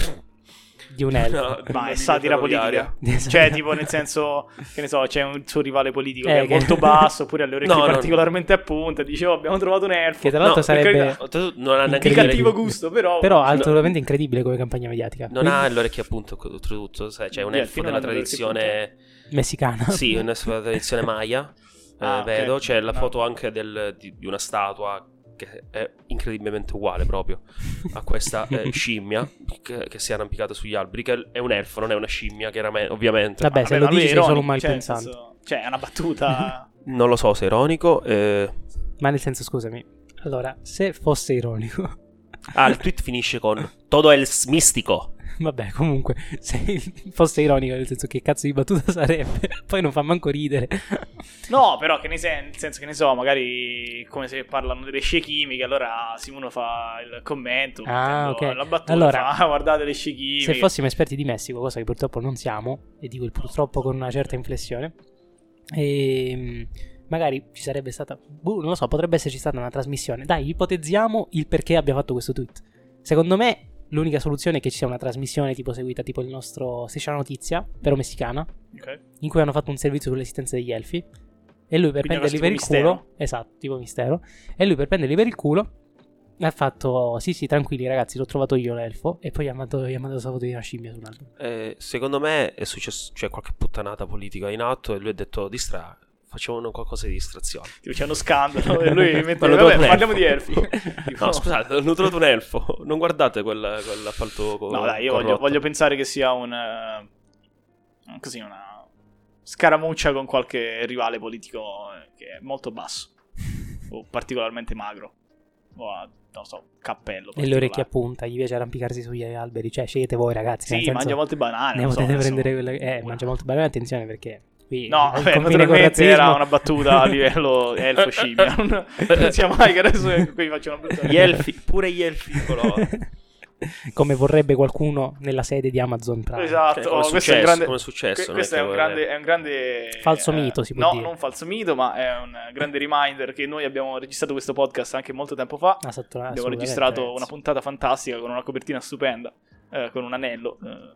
A: Di un elfo.
C: No, di
B: Ma
C: una
B: è satira
C: linea ferroviaria.
B: politica. Cioè, tipo, nel senso, che ne so, c'è un suo rivale politico
A: Eh,
B: che è
A: che-
B: molto basso, oppure ha le orecchie
C: No, no, no.
B: particolarmente a punta. Dice, oh, abbiamo trovato un elfo.
A: Che tra l'altro
C: No, per
A: sarebbe...
B: carità,
C: Oltretutto Non ha
B: Di
C: neanche
A: incredibile.
B: cattivo gusto, però.
A: Però
C: No.
A: assolutamente incredibile come campagna mediatica.
C: Non ha l'orecchio a punto, oltretutto, sai, c'è un
B: Yeah,
C: elfo
B: fino
C: della
B: alla l'orecchio a punta.
C: tradizione...
A: Messicana.
C: Sì, è una sua tradizione maya. eh,
B: Ah, ok.
C: vedo, c'è la
B: No.
C: foto anche del- di, di una statua che è incredibilmente uguale proprio a questa eh, scimmia che, che si è arrampicata sugli alberi, che è un elfo, non è una scimmia, chiaramente, ovviamente.
A: Vabbè, se
B: Vabbè,
A: lo
B: ma lui
A: dici
B: è
A: sei solo un
B: ironico, cioè, nel
A: malpensante.
B: senso- Cioè, è una battuta.
C: Non lo so se è ironico. eh.
A: Ma nel senso, scusami. Allora, se fosse ironico.
C: Ah, il tweet finisce con Todo el mistico.
A: Vabbè, comunque, se fosse ironico, nel senso che cazzo di battuta sarebbe. Poi non fa manco ridere.
B: No, però, che ne sen- nel senso che ne so, magari come se parlano delle scie chimiche, allora Simone fa il commento,
A: Ah,
B: mettendo
A: ok.
B: la battuta,
A: Allora,
B: fa, "Ah, guardate le scie
A: Se
B: chimiche.
A: fossimo esperti di Messico, cosa che purtroppo non siamo, e dico il purtroppo con una certa inflessione, ehm, magari ci sarebbe stata, boh, non lo so, potrebbe esserci stata una trasmissione. Dai, ipotizziamo il perché abbia fatto questo tweet. Secondo me l'unica soluzione è che ci sia una trasmissione tipo seguita, tipo il nostro Striscia la Notizia, però messicana,
B: Ok.
A: in cui hanno fatto un servizio sull'esistenza degli elfi. E lui per
B: Quindi
A: prenderli
B: era
A: per il
B: tipo mistero.
A: culo, esatto, tipo mistero. E lui per prenderli per il culo ha fatto: Sì, sì, tranquilli ragazzi, l'ho trovato io l'elfo. E poi gli ha mandato, gli ha mandato la foto di una scimmia su un albero.
C: Eh, secondo me è successo, c'è qualche puttanata politica in atto e lui ha detto distra, facevano qualcosa di distrazione.
B: Tipo, c'è uno scandalo e lui mette,
C: Quello
B: vabbè,
C: del
B: parliamo di
C: elfo."
B: elfi. Tipo-
C: No, scusate, ho trovato un elfo, non guardate quel, quell'appalto co-
B: No, dai, io
C: corrotto.
B: voglio, voglio pensare che sia un. eh, così, una scaramuccia con qualche rivale politico eh, che è molto basso. o particolarmente magro. O ha, non so, cappello.
A: E le orecchie a
B: particolare.
A: punta, gli piace arrampicarsi sugli alberi. Cioè, scegliete voi ragazzi. nel
B: Sì,
A: senso,
B: mangia molte banane.
A: Ne
B: non so,
A: potete
B: adesso-
A: prendere quella. Eh, mangia molto bene. Attenzione perché. Qui
B: No,
A: al confine
B: vabbè,
A: col
B: naturalmente
A: razzismo-
B: era una battuta a livello elfo-scimmia. Non pensiamo mai che adesso qui faccio una battuta.
C: Gli elfi, pure gli elfi di colore.
A: Come vorrebbe qualcuno nella sede di Amazon Prime.
B: Esatto,
C: Cioè, come è
B: questo è
C: successo,
B: un grande,
C: come è successo,
B: que-
C: non è
B: questo è,
C: che
B: un
C: vuole-
B: grande, è un grande-
A: Falso
B: eh,
A: mito, si può
B: no,
A: dire.
B: non falso mito, ma è un grande reminder che noi abbiamo registrato questo podcast anche molto tempo fa.
A: Ah, sotto-
B: abbiamo
A: assolutamente,
B: registrato
A: ragazzi.
B: una puntata fantastica con una copertina stupenda, eh, con un anello. eh,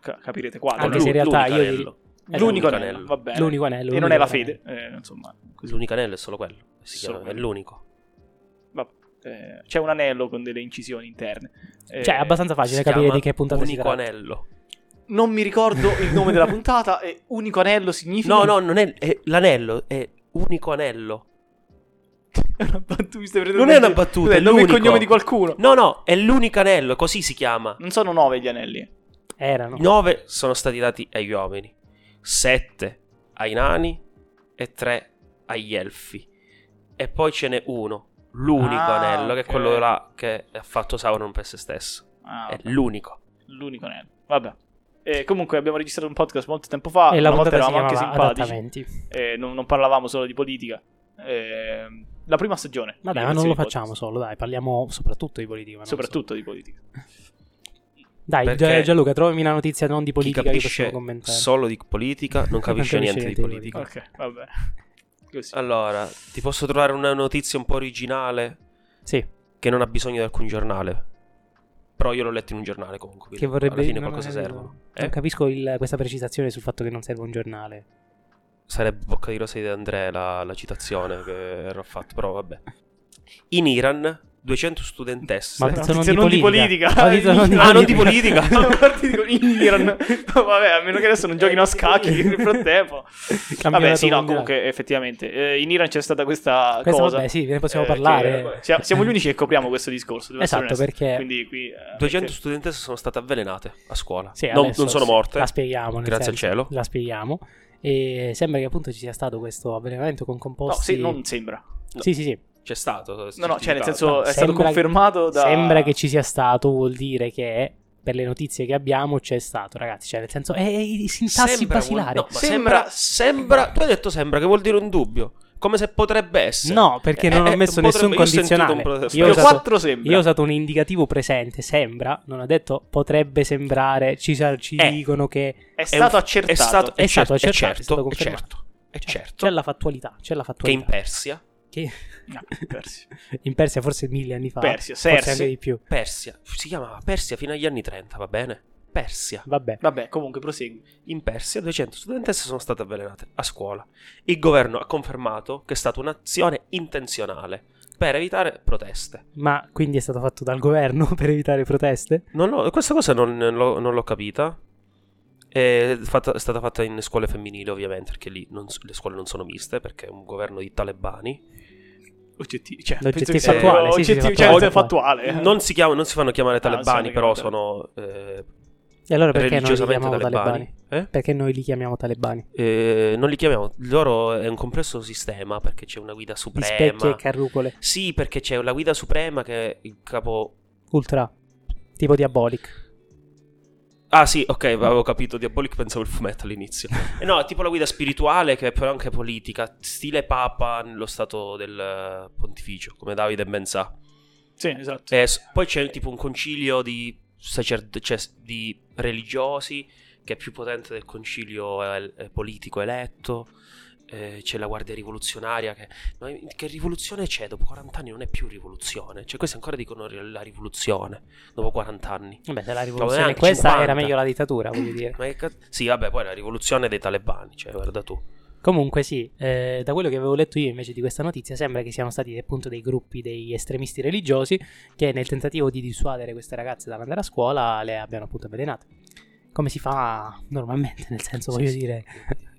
B: ca- capirete quale.
A: Anche
C: L'u-
A: se in realtà
C: l'unico
A: io
C: anello.
A: direi-
B: L'unico,
A: l'unico
B: anello,
C: anello.
B: va bene.
A: Eh, L'unico anello.
B: e non
A: l'unico
B: è la
A: anello.
B: fede, eh, insomma. così.
C: L'unico anello è solo quello, si
B: Solo
C: chiama, è
B: quello.
C: l'unico.
B: Vabbè, eh, c'è un anello con delle incisioni interne. Eh,
A: Cioè, è abbastanza
C: Si
A: facile capire
C: chiama
A: di che puntata si
C: Unico
A: tratta.
C: anello.
B: Non mi ricordo il nome della puntata. E unico anello significa.
C: No, no, non è, è l'anello, è unico anello.
B: È una battuta, mi stai prendendo
C: Non
B: in
C: è una
B: giro.
C: battuta,
B: È
C: è
B: il nome e
C: l'unico.
B: cognome di qualcuno.
C: No, no, è l'unico anello, così si chiama.
B: Non sono nove gli anelli.
A: Erano.
C: 9 sono stati dati agli uomini, 7 ai nani e 3 agli elfi. E poi ce n'è uno, l'unico
B: Ah,
C: anello, che
B: ok.
C: è quello là che ha fatto Sauron per se stesso.
B: Ah,
C: è
B: vabbè.
C: l'unico.
B: l'unico anello. Vabbè. Eh, comunque abbiamo registrato un podcast molto tempo fa.
A: e la
B: una volta
A: puntata si
B: eravamo anche
A: chiamava
B: simpatici.
A: Adattamenti.
B: eh, non, non parlavamo solo di politica. Eh, la prima stagione.
A: Ma dai,
B: Di
A: ma non
B: questo
A: lo
B: podcast.
A: facciamo solo, dai, parliamo soprattutto di politica. ma non
B: Soprattutto di politica.
A: solo. Dai,
C: Perché
A: Gia- Gianluca, trovami una notizia non di
C: Chi
A: politica che possiamo
C: capisce
A: commentare.
C: solo di politica non capisce niente di politica.
B: Ok, vabbè. Così.
C: Allora, ti posso trovare una notizia un po' originale
A: Sì,
C: che non ha bisogno di alcun giornale. Però io l'ho letta in un giornale comunque.
A: che
C: quindi
A: vorrebbe...
C: Alla fine
A: non ho
C: qualcosa
A: capito.
C: servono.
A: Non
C: Eh?
A: capisco il- questa precisazione sul fatto che non serve un giornale.
C: Sarebbe Bocca di Rosa di De Andrea la, la citazione che ero fatto, però vabbè. In Iran 200 studentesse.
A: Ma-
B: Una
A: sono
B: notizia
A: di
B: non di
A: politica.
B: politica.
A: Ho detto non di
C: Ah, non di politica.
B: Sono partiti con Iran. No, vabbè, a meno che adesso non
A: Eh,
B: giochino a scacchi nel frattempo. Vabbè,
A: Campionato
B: sì, no,
A: mondiale.
B: comunque, effettivamente. eh, in Iran c'è stata questa,
A: Questa,
B: cosa.
A: vabbè, sì, ne possiamo
B: eh,
A: parlare.
B: che sia- siamo gli unici che copriamo questo discorso. devo essere
A: Esatto,
B: onesto.
A: perché-
B: Quindi qui... eh,
C: 200
B: avete-
C: studentesse sono state avvelenate a scuola.
A: Sì,
C: non,
A: adesso
C: non sono
A: sì,
C: morte.
A: La spieghiamo. nel
C: Grazie al
A: senso,
C: cielo.
A: La spieghiamo. E sembra che appunto ci sia stato questo avvelenamento con
B: No,
A: composti.
B: sì, non sembra.
C: no.
A: Sì, sì, sì.
C: C'è stato.
B: No, no, cioè nel
C: Ah,
B: senso
A: No,
B: è stato
A: sembra-
B: confermato da...
A: Sembra che ci sia stato, vuol dire che per le notizie che abbiamo c'è stato, ragazzi. Cioè, nel senso, è, è sintassi
C: sembra un-
A: basilare.
C: no, ma
B: Sembra-
C: sembra, sembra- Tu hai detto sembra, che vuol dire un dubbio. Come se potrebbe essere.
A: No, perché non
C: Eh,
A: ho messo
C: potrebbe-
A: nessun
C: io ho sentito un
A: condizionale.
C: protesto.
A: Io ho,
B: Io
A: usato,
B: quattro sembra.
A: io ho usato un indicativo presente, sembra, non ho detto potrebbe sembrare, ci, sa- ci
C: Eh.
A: dicono che
B: È
C: È
B: stato
C: un-
B: accertato.
C: È stato, è
A: È stato accertato,
C: certo,
A: è stato
C: è certo, è
A: confermato.
C: certo, è
A: cioè,
C: certo
A: c'è la fattualità, c'è la
C: che in
A: fattualità.
C: Persia,
A: Che
B: No, persi.
A: in Persia forse mille anni fa,
B: Persia,
A: forse
B: Sersi.
A: anche di più.
C: Persia, si chiamava Persia fino agli anni 30, va bene? Persia.
A: Vabbè.
B: Vabbè, comunque prosegui.
C: In Persia 200 studentesse sono state avvelenate a scuola. Il governo ha confermato che è stata un'azione intenzionale per evitare proteste.
A: Ma quindi è stato fatto dal governo per evitare proteste?
C: Non ho- questa cosa non, l'ho, non l'ho capita. È, fatta- è stata fatta in scuole femminili, ovviamente, perché lì non s- le scuole non sono miste, perché è un governo di talebani.
B: oggettivi, cioè,
A: L'oggettivo
B: penso che sia
A: fattuale, sì, sì,
B: oggettivi-
A: fattuale.
B: cioè, fattuale.
C: Non si, chiamano, non si fanno chiamare
B: Ah, non si
C: talebani, però
B: fanno
C: sono eh,
A: E allora perché noi li
C: religiosamente
A: chiamiamo
C: talebani.
A: talebani?
C: Eh?
A: Perché noi li chiamiamo talebani?
C: Eh, non li chiamiamo. Loro è un complesso sistema perché c'è una guida
A: Di specchi e
C: suprema.
A: carrucole.
C: Sì, perché c'è la guida suprema che è il capo.
A: Ultra. Tipo diabolic.
C: Ah, sì, ok, avevo capito. Diabolic pensavo il fumetto all'inizio. Eh no, è tipo la guida spirituale che è però anche politica. Stile Papa nello stato del eh, pontificio, come Davide ben sa.
B: Sì, esatto.
C: Eh, s- poi c'è tipo un concilio di, sacerd- cioè, s- di religiosi che è più potente del concilio eh, eh, politico eletto. Eh, c'è la guardia rivoluzionaria che, no, eh, che rivoluzione c'è dopo 40 anni non è più rivoluzione cioè questi ancora dicono ri- la rivoluzione dopo 40 anni
A: Vabbè, se la
C: No,
A: rivoluzione
C: neanche
A: questa
C: 50.
A: era meglio la dittatura, voglio dire.
C: ma che cazzo sì vabbè poi la rivoluzione dei talebani cioè guarda tu
A: Comunque sì, eh, da quello che avevo letto io invece di questa notizia sembra che siano stati appunto dei gruppi degli estremisti religiosi che nel tentativo di dissuadere queste ragazze dall'andare a scuola le abbiano appunto avvelenate. Come si fa normalmente, nel senso
C: Sì,
A: voglio
C: sì.
A: dire...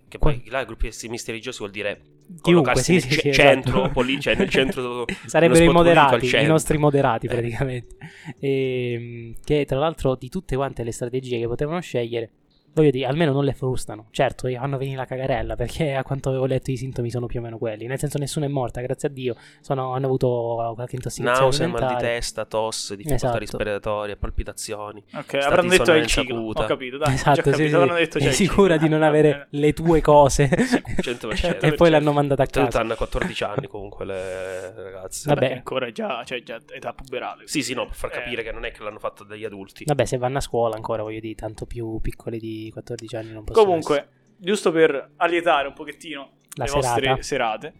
C: che poi là i gruppi estremisti religiosi vuol dire
A: Chiunque,
C: collocarsi
A: sì,
C: nel
A: sì,
C: ce-
A: sì,
C: centro
A: esatto.
C: poli- cioè nel centro
A: Sarebbero i
C: uno spot politico al
A: moderati, i
C: centro.
A: nostri moderati
C: Eh.
A: praticamente. Ehm, che tra l'altro di tutte quante le strategie che potevano scegliere, voglio dire, almeno non le frustano. Certo, fanno venire la cagarella perché a quanto avevo letto i sintomi sono più o meno quelli. Nel senso nessuno è morta, grazie a Dio. Sono- hanno avuto qualche intossicazione
C: nausea, mal di
A: alimentare.
C: testa, tosse, difficoltà
A: cioè, Esatto.
C: respiratorie, palpitazioni.
B: Ok, avranno detto è il
C: sonnolenza
B: ciclo.
C: acuta.
B: Ho capito, dai. ho già
A: Esatto,
B: capito,
A: sì, sì.
B: avranno detto c'è
A: Sei
B: il
A: sicura
B: ciclo.
A: di non
B: Ah,
A: avere
B: vabbè.
A: le tue cose.
C: 100%.
A: e poi l'hanno mandata a
C: Tutte
A: casa.
C: hanno 14 anni comunque le ragazze.
A: Vabbè.
B: Perché ancora è già, cioè, già età puberale.
C: Sì, sì, no, per far
B: Eh,
C: capire che non è che l'hanno fatta dagli adulti.
A: Vabbè, se vanno a scuola ancora, voglio dire, tanto più piccole di 14 anni non possono essere.
B: Comunque, giusto per allietare un pochettino
A: La
B: le
A: serata.
B: vostre serate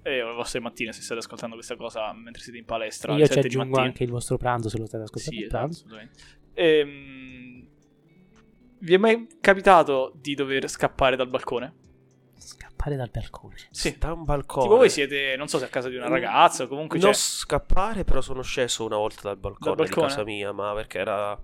B: e le vostre mattine, se state ascoltando questa cosa mentre siete in palestra, alle
A: Io ci
B: 7 di
A: aggiungo
B: mattina.
A: anche il vostro pranzo se lo state ascoltando
B: Sì,
A: a
B: esatto,
A: pranzo.
B: assolutamente. Ehm, vi è mai capitato di dover scappare dal balcone?
A: Scappare dal balcone.
B: Sì.
C: Da un balcone.
B: Tipo voi siete, non so se a casa di una
C: Mm,
B: ragazza o comunque
C: Non
B: cioè,
C: scappare, però sono sceso una volta dal balcone,
B: Dal balcone?
C: di casa mia, ma perché era...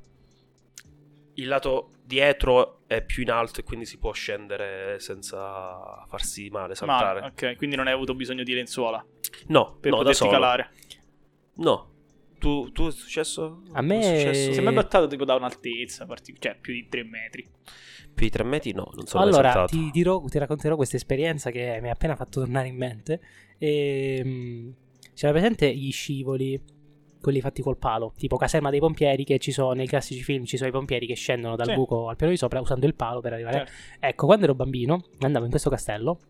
C: Il lato dietro è più in alto e quindi si può scendere senza farsi male, saltare.
B: male. Ok, quindi non hai avuto bisogno di lenzuola
C: No,
B: per
C: no, da
B: poterti
C: solo.
B: calare.
C: No. Tu, tu è successo?
A: A me-
C: È successo?
B: Se mi è
A: Eh.
B: battato tipo da un'altezza, partic- cioè più di 3 metri.
C: Più di tre metri no, non sono mai
A: allora,
C: saltato.
A: ti, dirò, ti racconterò questa esperienza che mi ha appena fatto tornare in mente. Ehm, c'era presente gli scivoli, quelli fatti col palo, tipo caserma dei pompieri che ci sono nei classici film, ci sono i pompieri che scendono dal
B: Sì.
A: buco al piano di sopra usando il palo per arrivare.
B: Certo.
A: Ecco, quando ero bambino andavo in questo castello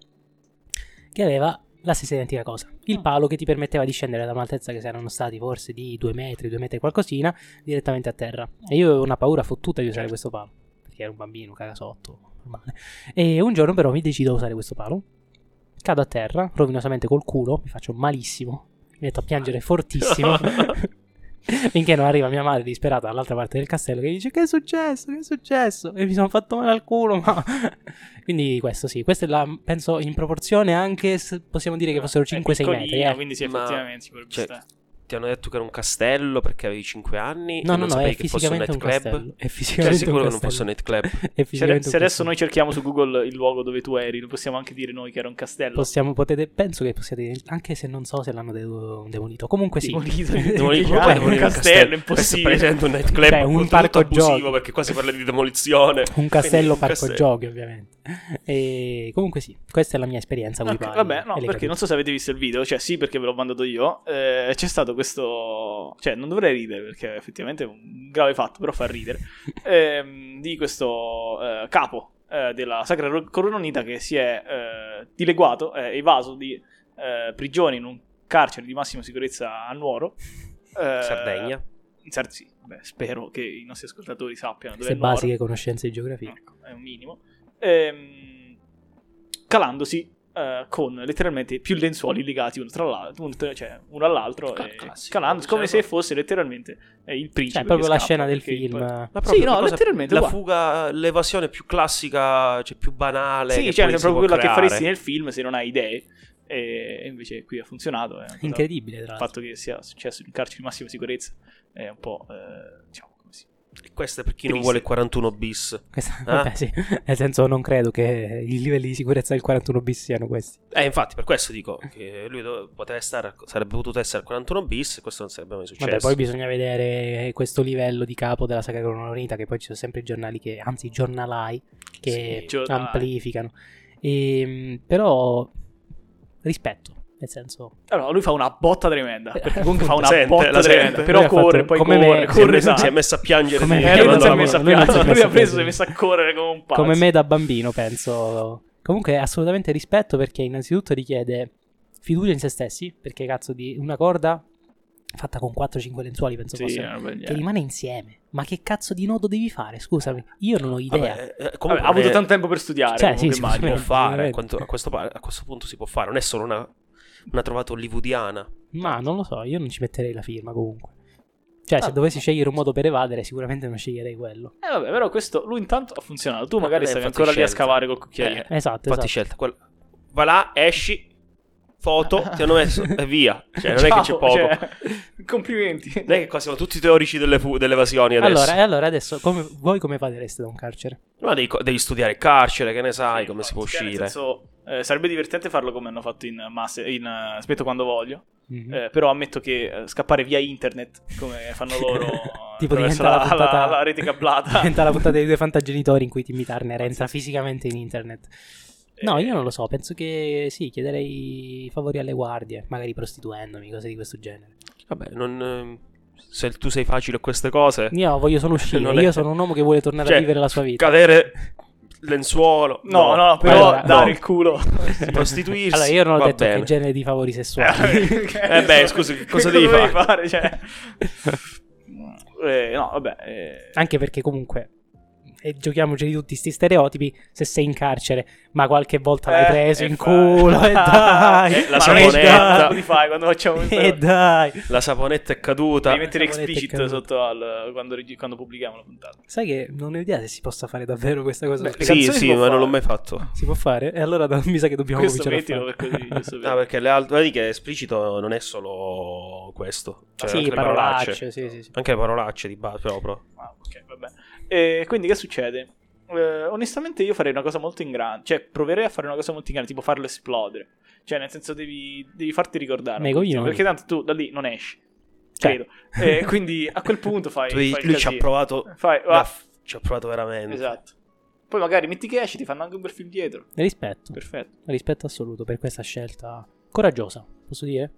A: che aveva la stessa identica cosa. Il
B: Ah.
A: palo che ti permetteva di scendere da un'altezza che saranno stati forse di 2 metri, 2 metri e qualcosina, direttamente a terra. E io avevo una paura fottuta di usare
B: Certo.
A: questo palo, perché ero un bambino, cagasotto, normale. E un giorno però mi decido a usare questo palo, cado a terra, rovinosamente col culo, mi faccio malissimo, mi metto a
B: Ah.
A: piangere fortissimo. Finché non arriva mia madre disperata dall'altra parte del castello che dice che è successo, che è successo e mi sono fatto male al culo, ma... Quindi questo sì, questa è la, penso in proporzione anche, s- possiamo dire che fossero 5-6
B: È
A: metri.
B: Ah, piccolino,
A: eh.
B: Quindi sì,
C: Ma-
B: effettivamente ci potrebbe
C: cioè,
B: stare.
C: Ti hanno detto che era un castello perché avevi 5 anni.
A: No, no,
C: e non
A: no,
C: sapevi
A: è
C: che fosse un
A: fisicamente un
C: nightclub.
A: castello. È
C: Cioè,
A: fisicamente
C: sicuro
A: un
C: che non fosse
A: castello.
C: un nightclub.
A: È
B: Se, re-
A: fisicamente
B: se
A: un
B: Cioè, adesso
A: castello.
B: noi cerchiamo su Google il luogo dove tu eri, lo possiamo anche dire noi che era un castello.
A: Possiamo, potete, penso che possiate, anche se non so se l'hanno de- demolito, comunque sì.
B: Demolito,
C: Demolito,
A: Cioè,
C: poi
A: un
C: demolire
B: castello,
C: un
B: impossibile.
C: Questo prendendo un nightclub
A: Cioè, un
C: un
A: parco
C: parco abusivo
A: giochi.
C: perché qua si parla di demolizione.
A: Un
C: Quindi,
A: castello
C: un
A: parco
C: castello.
A: giochi ovviamente. E comunque sì, questa è la mia esperienza. con i
B: Ok,
A: pali
B: vabbè, no,
A: e le
B: perché non so se avete visto il video, cioè sì perché ve l'ho mandato io, eh, c'è stato questo, cioè non dovrei ridere perché effettivamente è un grave fatto, però fa ridere, ehm, di questo eh, capo eh, della Sacra Ro- Corona Unita che si è eh, dileguato, è evaso di eh, prigione in un carcere di massima sicurezza a Nuoro. eh,
C: Sardegna.
B: in Sard- sì, vabbè, spero che i nostri ascoltatori sappiano dove
A: Se
B: è Nuoro.
A: basiche conoscenze di geografia.
B: Ecco, è un minimo, Ehm, calandosi eh, con letteralmente più lenzuoli legati uno, tra l'altro, uno tra- cioè, uno all'altro,
C: Ca-
B: e
C: classico,
B: calandosi come
C: cioè,
B: se fosse letteralmente eh, il
A: Cioè,
B: principe.
A: è proprio
B: che
A: la
B: scappa,
A: scena del
B: perché il-
A: film. eh,
C: Ma
B: Sì,
C: proprio
B: no,
C: cosa-
B: letteralmente,
C: La
B: guarda.
C: fuga, l'evasione più classica, cioè più banale.
B: Sì,
C: che
B: cioè, è
C: poi si
B: proprio quella
C: può
B: che
C: creare.
B: faresti nel film se non hai idee. E e invece qui ha funzionato. è una cosa-
A: Incredibile, tra
B: Il
A: l'altro.
B: fatto che sia successo in carcere di massima sicurezza è un po', eh, diciamo, come si
C: E questo è per chi non
B: Triste.
C: vuole il 41 bis.
A: Questa- vabbè, sì. Nel senso, non credo che i livelli di sicurezza del 41 bis siano questi.
C: Eh, infatti, per questo dico che lui dove- poteva stare, al- sarebbe potuto essere al 41 bis e questo non sarebbe mai successo.
A: Vabbè, poi bisogna vedere eh, questo livello di capo della saga cronologica, che poi ci sono sempre i giornali che, anzi, i giornalai che
C: Sì,
B: giornalai.
A: amplificano. Ehm, però, rispetto, nel senso,
B: Allora, lui fa una botta tremenda. Perché comunque fa una
C: Sente, la
B: botta
C: sente.
B: tremenda.
A: Eh, Lui
B: Però
A: ha fatto
B: corre, poi
A: come
B: corre,
A: me-
C: si, è
B: corre.
C: messo,
B: tanto.
C: si è messo a piangere.
A: Come-
C: sì,
A: Eh,
B: Eh, lui non si
C: chiamando
B: è
C: la
B: messo a
A: lui non si è
B: piangere, lui
A: messo
B: ha
A: a
B: preso, si
A: piangere.
B: è messo a correre come un pazzo.
A: come me da bambino, penso. Comunque, assolutamente rispetto perché, innanzitutto, richiede fiducia in se stessi. Perché, cazzo, di una corda fatta con 4-5 lenzuoli, penso
B: Sì,
A: fosse,
C: eh,
B: è una bella idea.
A: che rimane insieme. Ma che cazzo di nodo devi fare? Scusami, io non ho idea.
C: Vabbè, eh,
B: Vabbè,
C: comunque
B: ha avuto
C: eh,
B: tanto tempo per studiare.
A: Cioè,
B: comunque,
A: sì,
C: si
B: immagino.
C: può
A: sicuramente.
C: fare, a quanto- a questo, pa- a questo punto si può fare, non è solo una, una trovata hollywoodiana.
A: Ma non lo so, io non ci metterei la firma comunque. Cioè, se
C: Ah,
A: dovessi scegliere un modo per evadere, sicuramente non sceglierei quello.
B: Eh, vabbè, però questo lui intanto ha funzionato. Tu magari
C: Eh,
B: stavi
C: infatti
B: ancora lì a
C: scelta.
B: scavare col cucchiaino.
A: Esatto,
C: Infatti
A: esatto.
C: scelta, quella- va là, esci, foto, ti hanno messo e via. Cioè, non è che c'è
B: Ciao,
C: poco.
B: cioè, complimenti.
C: Non è che qua siamo tutti teorici delle fu- delle evasioni adesso.
A: Allora, eh. e allora adesso, come, voi come evadereste da un carcere?
C: Ma devi, co- devi studiare il carcere, che ne sai,
B: Sì,
C: come si
B: no,
C: può
B: cioè, nel
C: uscire.
B: senso, eh, sarebbe divertente farlo come hanno fatto in Masse, in eh, Aspetto quando voglio.
A: Mhm.
B: Eh, però ammetto che eh, scappare via internet, come fanno loro eh,
A: tipo diventa
B: attraverso
A: la,
B: la,
A: puntata
B: la- la rete cablata.
A: diventa la puntata dei due fantagenitori in cui Timmy Turner entra fisicamente in internet. No, io non lo so, penso che sì, chiederei favori alle guardie, magari prostituendomi, cose di questo genere.
C: Vabbè, non, ehm, se tu sei facile a queste cose,
A: Io voglio solo uscire,
C: Cioè, Non è-
A: io sono un uomo che vuole tornare
C: Cioè,
A: a vivere la sua vita.
C: cadere lenzuolo.
B: No, no, però
A: Allora,
B: dare
A: no.
B: il culo.
C: prostituirsi.
A: Allora, io non ho
C: va
A: detto
C: bene.
A: che genere di favori sessuali.
B: eh
C: beh, scusi, che cosa devi
B: dovevi fare?
C: fare?
B: Cioè, eh, no, vabbè. eh,
A: Anche perché comunque e giochiamoci di tutti sti stereotipi se sei in carcere ma qualche volta l'hai
B: eh,
A: preso
B: eh,
A: in
B: fa-
A: culo e dai
C: Eh, la
B: Ma non è
A: e
C: saponetta.
B: scappo
A: dai,
B: di fai quando facciamo questo-
A: e dai
C: La saponetta è caduta.
B: Devi mettere
A: Saponetta è
B: explicit
A: caduta.
B: sotto al quando, regi- quando pubblichiamo la puntata.
A: sai che non ho idea se si possa fare davvero questa cosa
B: Beh,
A: perché
B: le
C: Sì,
B: canzoni si
C: sì,
B: può
C: ma non l'ho
B: fare.
C: mai fatto.
A: si può fare e allora da- mi sa che dobbiamo
B: questo
A: cominciare
B: mettilo
A: a
B: per
A: fare
B: così. giusto per-
C: No, Ah, perché le altre, vedi che esplicito non è solo questo. Cioè,
A: sì
C: anche le
A: parolacce sì, sì, sì.
C: Anche le parolacce di base proprio.
B: Ah, ok, vabbè. E quindi che succede? Eh, onestamente io farei una cosa molto in grande, cioè proverei a fare una cosa molto in grande, tipo farlo esplodere. Cioè, nel senso devi, devi farti ricordare.
A: Nei
B: un po' di
A: coglioni.
B: tempo, Perché tanto tu da lì non esci.
A: Cioè.
B: Credo. Eh, quindi a quel punto fai,
C: Tu dici,
B: fai il
C: lui ci ha
B: casino.
C: provato.
B: Fai,
C: da
B: va,
C: f- ci ha provato veramente.
B: esatto. Poi magari metti che esci, ti fanno anche un bel film dietro.
A: rispetto
B: Perfetto.
A: rispetto assoluto per questa scelta coraggiosa posso dire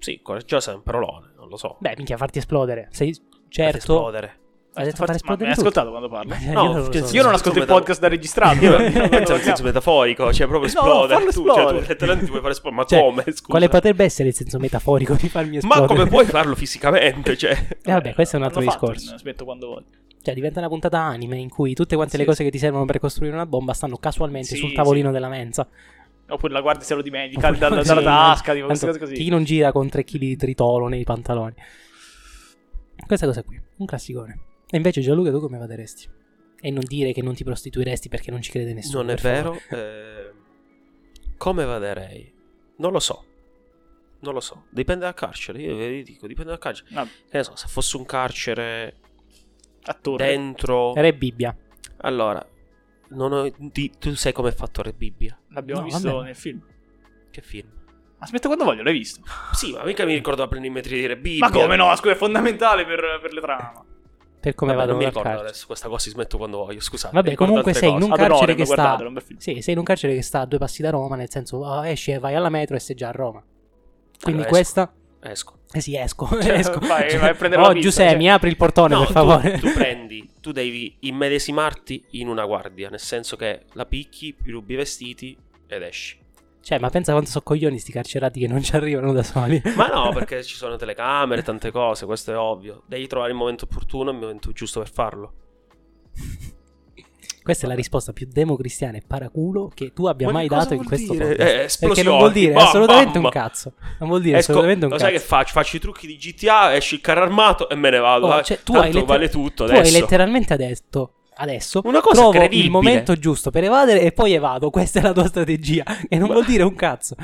C: Sì, coraggiosa è un parolone, non lo so.
A: beh minchia farti esplodere sei
C: Fate
A: certo
C: Esplodere.
A: hai detto
B: Forse-
A: far
B: ma mi
A: esplodere
B: hai
A: tutto
B: ascoltato quando parlo?
A: Ma-
C: No,
A: io non lo
C: cioè,
A: so.
B: Io non ascolto il
C: meta-
B: podcast da registrato.
C: Io
B: quindi non lo
C: penso al senso
B: vogliamo.
C: metaforico, cioè proprio
B: No, no,
C: esplodere.
B: farlo
C: tu, cioè, tu
B: esplodere.
C: letteralmente vuoi fare esplodere. Ma
A: Cioè,
C: come? Scusa.
A: Quale potrebbe essere il senso metaforico di farmi esplodere?
C: Ma come puoi farlo fisicamente? Cioè,
A: Eh vabbè, questo è un altro
B: L'hanno fatto
A: discorso.
B: in Aspetto quando voglio.
A: Cioè, diventa una puntata anime in cui tutte quante le
B: Sì.
A: cose che ti servono per costruire una bomba stanno casualmente
B: Sì, Cioè,
A: sul tavolino della mensa.
B: Oppure la guardi se lo dimentica dal- dalla,
A: Sì,
B: tasca,
A: tanto
B: tipo queste cose così.
A: Chi non gira con 3 kg di tritolo nei pantaloni. Questa cosa qui, un classicone. E invece Gianluca tu come vaderesti? E non dire che non ti prostituiresti perché non ci crede nessuno.
C: non è
A: per favore.
C: vero. eh, come vaderei? Non lo so. Non lo so. Dipende dal carcere. Io vi dico, dipende dal carcere.
B: No,
C: Che ne so, se fosse un carcere
B: attore.
C: dentro...
A: Re Bibbia.
C: Allora, non ho- ti- tu sai come è fatto Re Bibbia?
B: L'abbiamo
A: No,
B: visto
A: vabbè.
B: nel film.
C: Che film?
B: Aspetta quando voglio, l'hai visto?
C: Sì, ma mica mi ricordo la planimetria di Re Bibbia.
B: Ma
C: Eh,
B: come no? Scusa, è fondamentale per, per le trame.
A: Per come
C: Vabbè,
A: vado
C: non mi
A: dal
C: ricordo
A: carcere.
C: adesso questa cosa, si smetto quando voglio, scusate.
A: Vabbè,
C: ricordo
A: comunque
C: altre
A: sei in
C: cose.
A: un
B: Ad
A: carcere
B: honorem,
A: che sta.
B: guardatelo, un bel film.
A: Sì, sei in un carcere che sta a due passi da Roma, nel senso ah, esci e vai alla metro e sei già a Roma. Quindi
C: Allora, esco.
A: questa.
C: Esco.
A: Eh sì, esco.
B: Cioè,
A: esco.
B: vai- vai a prendere
A: oh,
B: la pizza,
A: Giuseppe,
B: cioè.
A: mi apri il portone,
C: No,
A: per favore.
C: Tu, tu prendi, tu devi immedesimarti in una guardia, nel senso che la picchi, gli rubi i vestiti ed esci.
A: Cioè, ma pensa quanto sono coglioni sti carcerati che non ci arrivano da soli.
C: Ma no, perché ci sono telecamere, tante cose, questo è ovvio. Devi trovare il momento opportuno e il momento giusto per farlo.
A: Questa è la risposta più democristiana e paraculo che tu abbia
C: Ma che
A: mai
C: cosa
A: dato in
C: vuol
A: questo
C: dire?
A: podcast.
C: Eh,
A: Perché
C: esplosioni,
A: non vuol dire
C: bam,
A: assolutamente
C: bam.
A: un cazzo. Non vuol dire
C: Esco-
A: assolutamente un
C: lo
A: cazzo.
C: sai che faccio? Faccio i trucchi di GTA, esci il carro armato e me ne vado.
A: Oh,
C: Vai,
A: cioè, tu
C: tanto
A: hai letter-
C: vale tutto
A: tu hai
C: adesso.
A: letteralmente detto adesso
C: Una cosa
A: trovo il
C: credibile.
A: momento giusto per evadere e poi evado. Questa è la tua strategia. E non vuol dire un cazzo.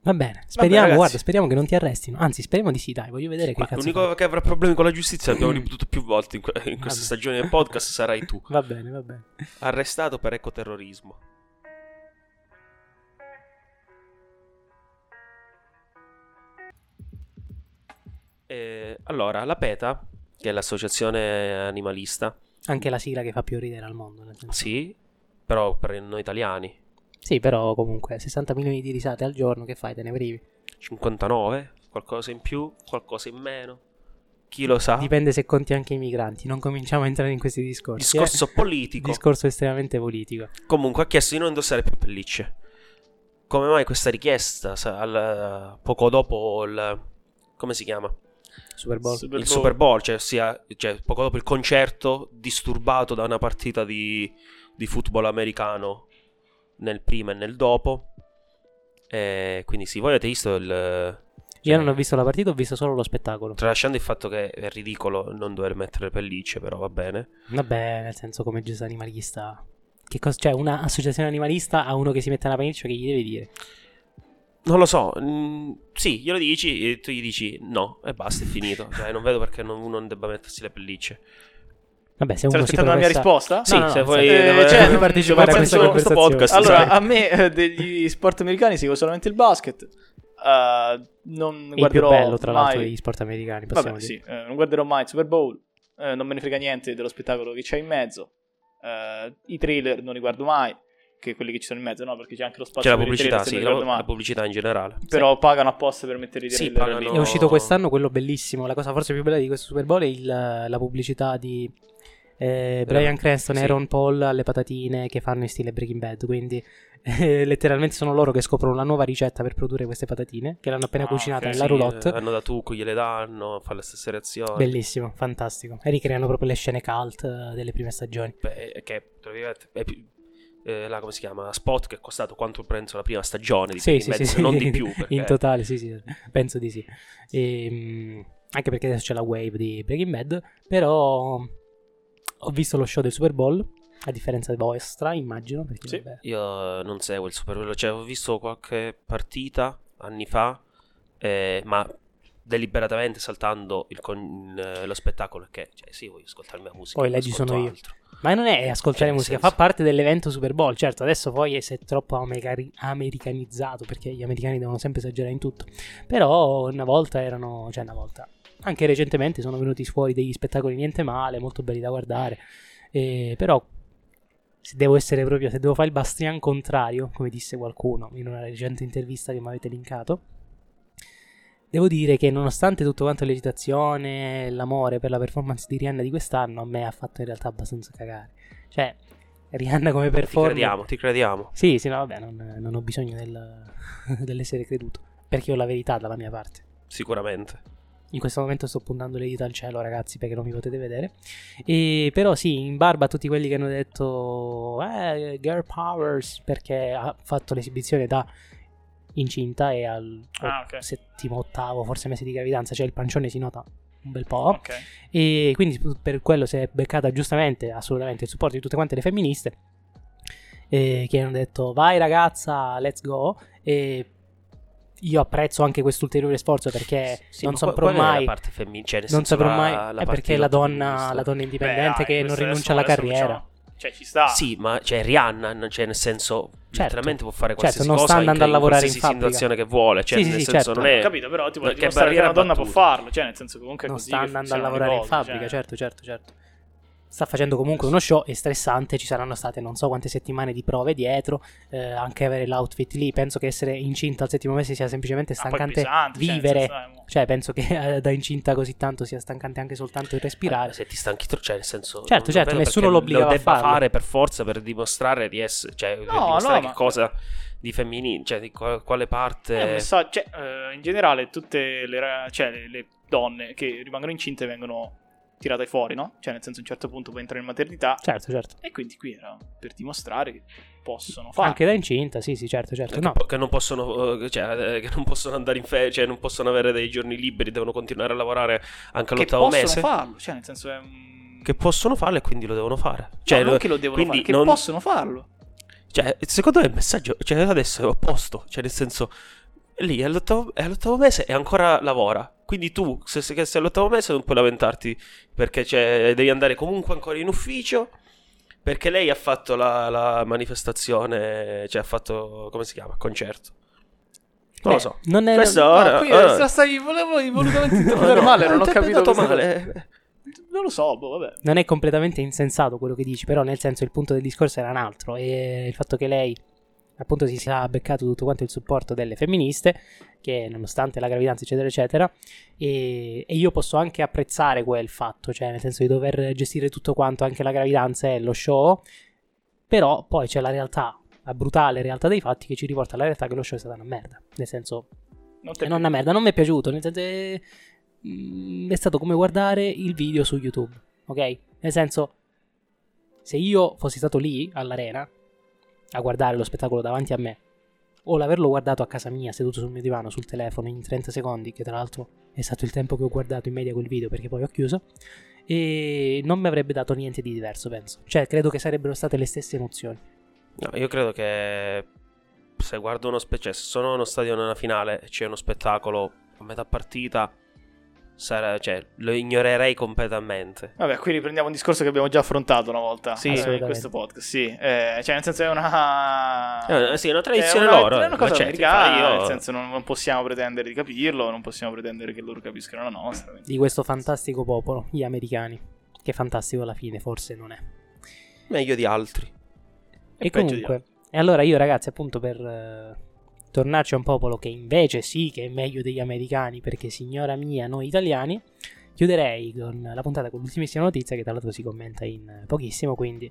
A: Va bene, speriamo,
C: ragazzi.
A: guarda, speriamo che non ti arrestino. Anzi, speriamo di sì, dai, voglio vedere che
C: Ma
A: cazzo.
C: l'unico
A: fa.
C: che avrà problemi con la giustizia, l'abbiamo ripetuto più volte in, que- in questa
A: Vabbè.
C: stagione del podcast, sarai tu.
A: Va bene, va bene.
C: Arrestato per ecoterrorismo. Eh, allora, la PETA, che è l'associazione animalista,
A: Anche la sigla che fa più ridere al mondo. nel senso.
C: sì, però per noi italiani,
A: Sì, però comunque 60 milioni di risate al giorno, che fai? Te ne privi.
C: 59, qualcosa in più, qualcosa in meno, chi lo sa.
A: Dipende se conti anche i migranti. Non cominciamo a entrare in questi discorsi. eh.
C: Discorso politico.
A: Discorso estremamente politico.
C: Comunque ha chiesto di non indossare più pellicce. Come mai questa richiesta? sa- al- poco dopo il. come si chiama?
A: Super Bowl.
B: Super
C: il
B: Bowl.
C: Super Bowl, cioè, sia- cioè, poco dopo il concerto disturbato da una partita di, di football americano nel prima e nel dopo. E quindi sì, voi avete visto il.
A: Io
C: cioè,
A: non ho visto la partita, ho visto solo lo spettacolo.
C: Tralasciando il fatto che è ridicolo non dover mettere pellicce, però va bene.
A: Vabbè, nel senso come Gesù animalista. Che cosa, cioè, un'associazione animalista a uno che si mette una pelliccia che gli deve dire.
C: Non lo so, mm, sì, glielo dici e tu gli dici no e basta, è finito. Cioè, non vedo perché non- uno non debba mettersi le pellicce.
A: Vabbè, se
B: Stai
A: uno si
B: aspettando la mia
A: professa...
B: risposta?
C: Sì, se vuoi-
B: Eh, cioè,
A: Vuoi partecipare
B: cioè,
A: a questa
B: penso-
A: conversazione?
C: podcast,
B: Allora,
A: Sì.
B: a me eh, degli sport americani seguo solamente il basket. Eh, non
A: Il più
B: guarderò
A: bello, tra l'altro,
B: mai...
A: degli sport americani. Possiamo
B: Vabbè,
A: dire.
B: sì, eh, non guarderò mai il Super Bowl. eh, non me ne frega niente dello spettacolo che c'è in mezzo. eh, I trailer non li guardo mai. Che quelli che ci sono in mezzo, no, perché c'è anche lo spazio
C: C'è Cioè, la
B: per i
C: pubblicità,
B: trailer, se
C: sì,
B: non
C: la,
B: li guardo
C: la
B: mai.
C: pubblicità in generale.
B: Però pagano apposta per mettere i
C: Sì,
B: trailer.
C: pagano-
B: lì.
A: È
C: No.
A: uscito quest'anno quello bellissimo. La cosa forse più bella di questo Super Bowl è il- la pubblicità di eh, Brian Creston
C: sì.
A: e Aaron Paul alle patatine che fanno in stile Breaking Bad. Quindi eh, letteralmente sono loro che scoprono la nuova ricetta per produrre queste patatine che l'hanno appena
B: Ah,
A: cucinata
B: ok,
A: nella
C: Sì,
A: roulotte.
C: eh, Hanno da tu, gliele danno, fa le stesse reazioni.
A: Bellissimo, fantastico. E ricreano proprio le scene cult eh, delle prime stagioni.
C: Beh, eh, che tra virgolette, è più- eh, là, come si chiama? Spot che è costato quanto penso la prima stagione di
A: Sì,
C: Breaking
A: sì,
C: Bad,
A: sì, sì.
C: non di più. Perché...
A: In tota- totale, sì, sì, penso di sì. Ehm, anche perché adesso c'è la wave di Breaking Bad, però ho visto lo show del Super Bowl, a differenza vostra, immagino. Perché,
B: Sì.
A: vabbè,
C: Io eh, non seguo il Super Bowl, cioè ho visto qualche partita anni fa, eh, ma deliberatamente saltando il con- eh, lo spettacolo che cioè, sì, voglio ascoltare la mia musica.
A: Poi
C: non
A: leggi
C: ascolto
A: sono io.
C: altro.
A: Ma non è
C: Cioè,
A: ascoltare
C: nel
A: musica,
C: senso-
A: fa parte dell'evento Super Bowl. Certo, adesso poi è- se è troppo amecari- americanizzato, perché gli americani devono sempre esagerare in tutto. Però una volta erano, cioè una volta, anche recentemente sono venuti fuori degli spettacoli niente male, molto belli da guardare. Eh, però se devo essere proprio, se devo fare il bastian contrario, come disse qualcuno in una recente intervista che mi avete linkato, devo dire che nonostante tutto quanto l'agitazione e l'amore per la performance di Rihanna di quest'anno, a me ha fatto in realtà abbastanza cagare. Cioè, Rihanna come
C: Ti
A: performance...
C: crediamo, ti crediamo.
A: Sì, sì, no, vabbè, non, non ho bisogno del- dell'essere creduto, perché ho la verità dalla mia parte.
C: Sicuramente.
A: In questo momento sto puntando le dita al cielo, ragazzi, perché non mi potete vedere. E, però sì, in barba a tutti quelli che hanno detto eh, Girl Powers, perché ha fatto l'esibizione da incinta e al
B: Ah, ok.
A: settimo, ottavo, forse mese di gravidanza, cioè il pancione si nota un bel po'.
B: Ok.
A: E quindi per quello si è beccata giustamente, assolutamente, il supporto di tutte quante le femministe eh, che hanno detto vai ragazza, let's go. E io apprezzo anche quest'ulteriore sforzo perché
C: Sì,
A: Eh, non
C: ma
A: saprò
C: qual- qual era
A: mai-
C: la parte femminile, cioè, nel
A: non
C: senso,
A: saprò
C: la-
A: mai
C: la
A: è
C: parte
A: perché la donna,
C: ottimista.
A: la donna
B: Beh,
A: indipendente
B: dai,
A: che non
B: questo
A: rinuncia
B: adesso-
A: alla
B: adesso
A: carriera.
B: facciamo- Cioè, ci sta.
C: Sì, ma cioè Rihanna, non- cioè, nel senso, letteralmente può fare
A: Ah. Certo,
C: qualsiasi
A: non sta
C: cosa
A: andando a
C: in
A: lavorare in
C: qualsiasi
A: fabbrica.
C: situazione che vuole, cioè,
A: Sì, sì,
C: nel
A: sì,
C: senso,
A: certo.
C: non è...
B: Ho capito, però ti voglio dimostrare
C: Che
B: che una
C: eh, barriera
B: donna può
C: battuta.
B: farlo. Cioè, nel senso, comunque è
A: Non
B: così
A: sta
B: che
A: andando a
B: funzionano le
A: lavorare in
B: cose,
A: fabbrica,
B: cioè.
A: certo, certo, certo. Sta facendo comunque uno show, è stressante, ci saranno state non so quante settimane di prove dietro, eh, anche avere l'outfit lì, penso che essere incinta al settimo mese sia semplicemente
B: Ma ah, poi è
A: stancante
B: pesante, cioè, nel
A: vivere.
B: senso, dai, mo-
A: Cioè, penso che eh, da incinta così tanto sia stancante anche soltanto il respirare.
C: Eh, Se ti stanchi troppo, cioè, nel senso.
A: Certo,
C: non
A: certo,
C: vedo
A: nessuno
C: perché
A: lo obbligava a
C: debba
A: farlo.
C: fare per forza per dimostrare di essere. Cioè, per
B: No,
C: dimostrare
B: no,
C: che
B: ma-
C: cosa di femminile, cioè, di qual- quale
B: È un
C: parte.
B: messaggio- cioè, eh, in generale, tutte le, ra- cioè, le- le donne che rimangono incinte vengono tirate fuori, no? Cioè, nel senso, a un certo punto puoi entrare in maternità.
A: certo, certo.
B: E quindi qui era per dimostrare che possono farlo.
A: Anche da incinta, sì, sì, certo, certo.
C: Che,
A: No,
C: po- che non possono, eh, cioè, eh, che non possono andare in ferie, cioè, non possono avere dei giorni liberi, devono continuare a lavorare
B: che
C: anche all'ottavo
B: possono
C: mese.
B: farlo. Cioè, nel senso, è un.
C: Che possono farlo e quindi lo devono fare.
B: No,
C: Cioè,
B: non
C: lo-
B: che lo devono
C: quindi
B: fare, che
C: non-
B: possono farlo.
C: cioè, secondo me il messaggio cioè, adesso è opposto. Cioè, nel senso, lì è all'ottavo, è all'ottavo mese e ancora lavora. Quindi tu, se, se- che sei all'ottavo mese, non puoi lamentarti perché c'è- devi andare comunque ancora in ufficio. Perché lei ha fatto la, la manifestazione, cioè ha fatto, come si chiama? Concerto. Non lo
A: Eh,
C: so.
A: Non è...
C: Questo
A: non-
C: ora-
B: no, qui
C: ora-
B: eh, se la stai volevo involutamente
A: No,
B: interpretare
A: no,
B: male, non
C: ho
B: ho capito
C: interpretato
B: questa cosa.
C: male.
B: Non lo so, boh, vabbè.
A: non è completamente insensato quello che dici, però nel senso il punto del discorso era un altro e il fatto che lei appunto si sia beccato tutto quanto il supporto delle femministe, che nonostante la gravidanza eccetera eccetera, e, e io posso anche apprezzare quel fatto, cioè nel senso di dover gestire tutto quanto, anche la gravidanza e lo show, però poi c'è la realtà, la brutale realtà dei fatti che ci riporta alla realtà che lo show è stata una merda, nel senso
B: Non
A: e
C: Eh,
B: te-
A: non una Cioè, merda, non mi è piaciuto. Nel senso, eh, mm, è, stato come guardare il video su YouTube, ok? Nel senso, se io fossi stato lì all'arena a guardare lo spettacolo davanti a me, o l'averlo guardato a casa mia, seduto sul mio divano, sul telefono, in 30 secondi, che tra l'altro è stato il tempo che ho guardato in media quel video perché poi ho chiuso, e non mi avrebbe dato niente di diverso, penso. Cioè, credo che sarebbero state le stesse emozioni.
C: No, io credo che se guardo uno specie, se sono uno stadio in una finale e c'è uno spettacolo a metà partita, sarà- cioè, lo ignorerei completamente.
B: Vabbè, qui riprendiamo un discorso che abbiamo già affrontato una volta
C: Sì.
B: eh, in
A: Assolutamente.
B: questo podcast. Sì, Eh, cioè, nel senso, è una.
C: Eh, sì, è una tradizione
B: è una,
C: loro.
B: È una cosa
C: lo accetti, fai,
B: americana,
C: io-
B: nel senso, non, non possiamo pretendere di capirlo, non possiamo pretendere che loro capiscano la nostra. quindi-
A: Di questo fantastico popolo, gli americani. Che fantastico alla fine, forse non è.
C: Meglio di altri.
A: E
B: peggio
A: comunque, e allora io ragazzi, appunto per eh, tornarci a un popolo che invece sì che è meglio degli americani, perché signora mia, noi italiani, chiuderei con la puntata con l'ultimissima notizia che tra l'altro si commenta in eh, pochissimo, quindi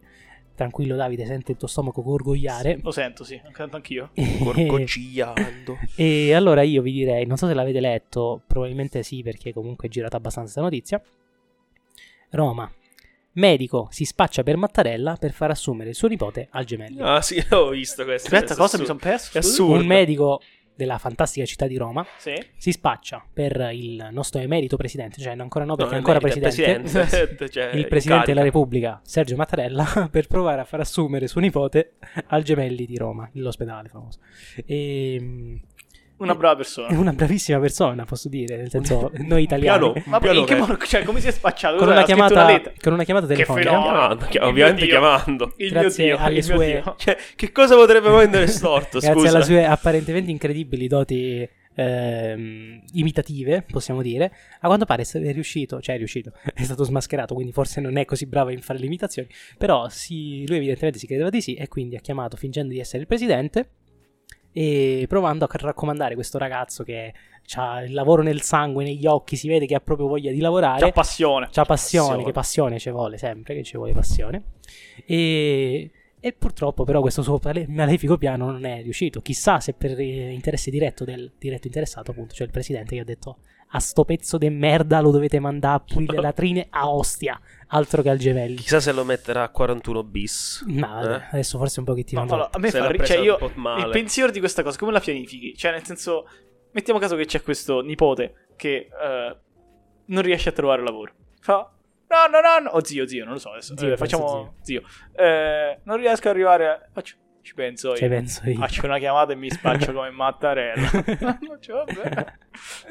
A: tranquillo Davide, sente il tuo stomaco gorgogliare.
B: Lo sento, sì, canto anch'io.
A: Eh,
C: Gorgogiando.
A: E allora io vi direi, non so se l'avete letto, probabilmente sì perché comunque è girata abbastanza questa notizia. Roma. Medico si spaccia per Mattarella per far assumere il suo nipote al gemello.
C: ah, sì, ho visto questo. cioè,
B: Aspetta, Cioè, cosa
C: questo è
B: mi sono
C: assurdo.
B: perso?
C: È
B: Scusa?
C: assurdo.
A: Un medico della fantastica città di Roma
B: Sì.
A: si spaccia per il nostro emerito presidente, cioè ancora no
C: No,
A: perché è
C: è
A: ancora
C: merito, è
A: presidente,
C: presidente, cioè,
A: il
C: in
A: presidente della
C: carica.
A: Repubblica Sergio Mattarella per provare a far assumere suo nipote al Gemelli di Roma, l'ospedale famoso. E, mm,
B: Una brava
A: è
B: persona.
A: una bravissima persona, posso dire, nel senso noi italiani.
C: Piano,
B: Ma poi in che
C: piano,
B: modo, cioè, come si è spacciato?
A: Con una,
B: Cos'era? Ha scritto una
A: chiamata,
B: lettera.
A: con una chiamata
B: Che
A: telefonica
B: fenomeno.
C: Chiamando, chi-
B: Il mio
C: ovviamente
B: Dio.
C: chiamando.
B: Il
A: Grazie
B: mio Dio,
A: alle
B: il mio
A: sue-
B: Dio.
C: Cioè, che cosa potrebbe mai andare storto?
A: grazie
C: scusa.
A: alle sue apparentemente incredibili doti ehm, imitative, possiamo dire, a quanto pare è riuscito, cioè è riuscito, è stato smascherato, quindi forse non è così bravo in fare le imitazioni, però si- lui evidentemente si credeva di sì e quindi ha chiamato fingendo di essere il presidente e provando a raccomandare questo ragazzo che ha il lavoro nel sangue, negli occhi, si vede che ha proprio voglia di lavorare.
B: C'ha passione.
A: C'ha passione,
C: Passione.
A: che passione ci vuole sempre, che ci vuole passione. E, e purtroppo però questo suo pale- malefico piano non è riuscito. Chissà se per eh, interesse diretto del diretto interessato, appunto, cioè il presidente che ha detto a sto pezzo de merda lo dovete mandare a pulire le latrine a Ostia, altro che al Gemelli.
C: Chissà se lo metterà a 41 bis.
A: Ma
C: Eh?
A: adesso forse un pochettino...
B: Ma
A: no.
B: allora, a me
C: Se
B: fa
C: l'ha
B: ri-
C: presa
B: cioè, io
C: un po' male.
B: il pensiero di questa cosa, come la pianifichi? Cioè, nel senso, mettiamo caso che c'è questo nipote che eh, non riesce a trovare lavoro. Fa nonno, nonno, o zio, zio, non lo so adesso.
A: Zio,
B: Eh,
A: penso
B: facciamo zio. Eh, non riesco a arrivare a... Faccio... Ci penso io.
A: Cioè, penso io.
B: Faccio una chiamata e mi spaccio come Mattarella. Faccio, vabbè.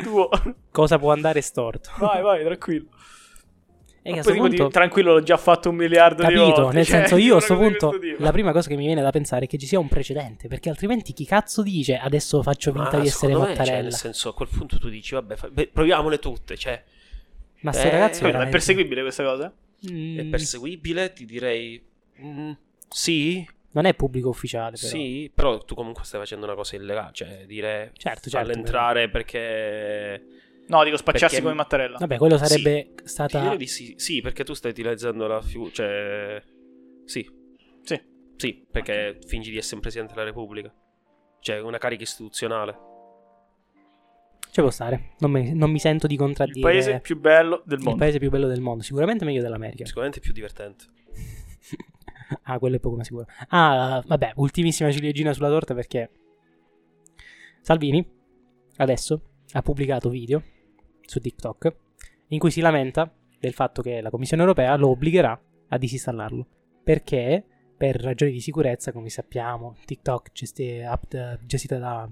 B: Tuo.
A: Cosa può andare storto?
B: Vai, vai, tranquillo.
A: E che
B: Ma
A: a
B: poi
A: sto
B: dico di-
A: punto...
B: tranquillo, l'ho già fatto un miliardo di volte.
A: Capito, nel
B: cioè,
A: senso io a questo
B: quello che
A: punto
B: questo dico.
A: la prima cosa che mi viene da pensare è che ci sia un precedente, perché altrimenti chi cazzo dice adesso faccio
C: Ma
A: finta di essere
C: secondo me, cioè, nel
A: Mattarella?
C: senso, a quel punto tu dici, vabbè, fa- beh, proviamole tutte. Cioè,
A: Ma sto
C: Eh,
A: ragazzo
B: Capito, è
A: veramente-
B: perseguibile questa cosa?
A: Mm,
C: è perseguibile, ti direi. mm, sì,
A: non è pubblico ufficiale però.
C: sì, però tu comunque stai facendo una cosa illegale. Cioè, dire
A: Certo, certo.
C: all'entrare perché.
B: No, dico spacciarsi
C: Perché-
B: come Mattarella.
A: Vabbè, quello sarebbe
C: Ti
A: stata
C: direi di sì, sì, perché tu stai utilizzando la figura. Cioè, sì.
B: Sì.
C: Sì, perché fingi di essere un presidente della Repubblica. Cioè, una carica istituzionale.
A: Ci può stare. Non mi, non mi sento di contraddire
B: Il paese più bello del
A: il
B: mondo.
A: paese più bello del mondo, sicuramente meglio dell'America.
C: Sicuramente più divertente.
A: ah, quello è poco ma sicuro. Ah, vabbè, ultimissima ciliegina sulla torta perché Salvini adesso ha pubblicato video su TikTok in cui si lamenta del fatto che la Commissione europea lo obbligherà a disinstallarlo perché per ragioni di sicurezza, come sappiamo, TikTok gesti- app- gestita da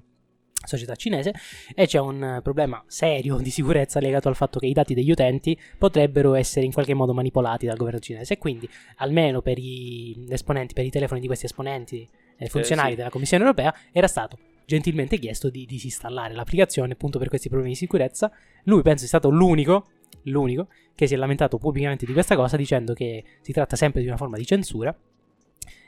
A: società cinese e c'è un eh, problema serio di sicurezza legato al fatto che i dati degli utenti potrebbero essere in qualche modo manipolati dal governo cinese e quindi almeno per gli esponenti, per i telefoni di questi esponenti e funzionari
C: sì.
A: della Commissione europea era stato gentilmente chiesto di disinstallare l'applicazione appunto per questi problemi di sicurezza. Lui penso sia stato l'unico, l'unico che si è lamentato pubblicamente di questa cosa dicendo che si tratta sempre di una forma di censura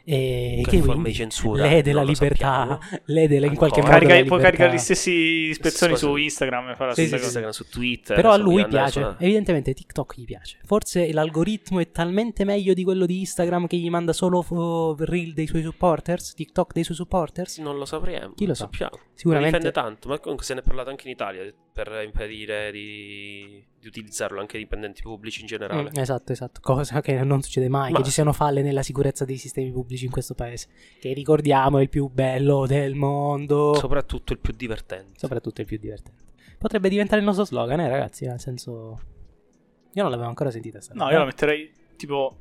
A: e
C: Che
A: che
C: forma
A: quindi
C: di censura?
A: lede la
C: Non lo
A: libertà,
C: sappiamo.
A: lede la- in qualche
C: Ancora.
A: modo
B: Carica-
A: la
B: puoi
A: libertà.
B: caricare gli stessi spezzoni
C: Stessa
B: su
C: cosa.
B: Instagram e fare la
A: Sì,
B: stessa
A: sì,
C: su
B: cosa.
C: Instagram, su Twitter.
A: Però a
C: su-
A: lui
C: andare
A: piace,
C: sulla-
A: evidentemente TikTok gli piace. Forse l'algoritmo è talmente meglio di quello di Instagram che gli manda solo fo- reel dei suoi supporters, TikTok dei suoi supporters.
C: Non lo sapremo.
A: Chi lo sa?
C: Sappiamo.
A: Sicuramente
C: Dipende tanto, ma comunque se ne è parlato anche in Italia per impedire di, di utilizzarlo anche ai dipendenti pubblici in generale.
A: Mm, esatto, esatto, cosa che non succede mai,
C: Ma-
A: che ci siano falle nella sicurezza dei sistemi pubblici in questo paese, che ricordiamo è il più bello del mondo,
C: Soprattutto il più divertente.
A: soprattutto il più divertente. Potrebbe diventare il nostro slogan, eh ragazzi, nel senso... Io non l'avevo ancora sentita. sta
B: No,
A: roba.
B: io la metterei tipo...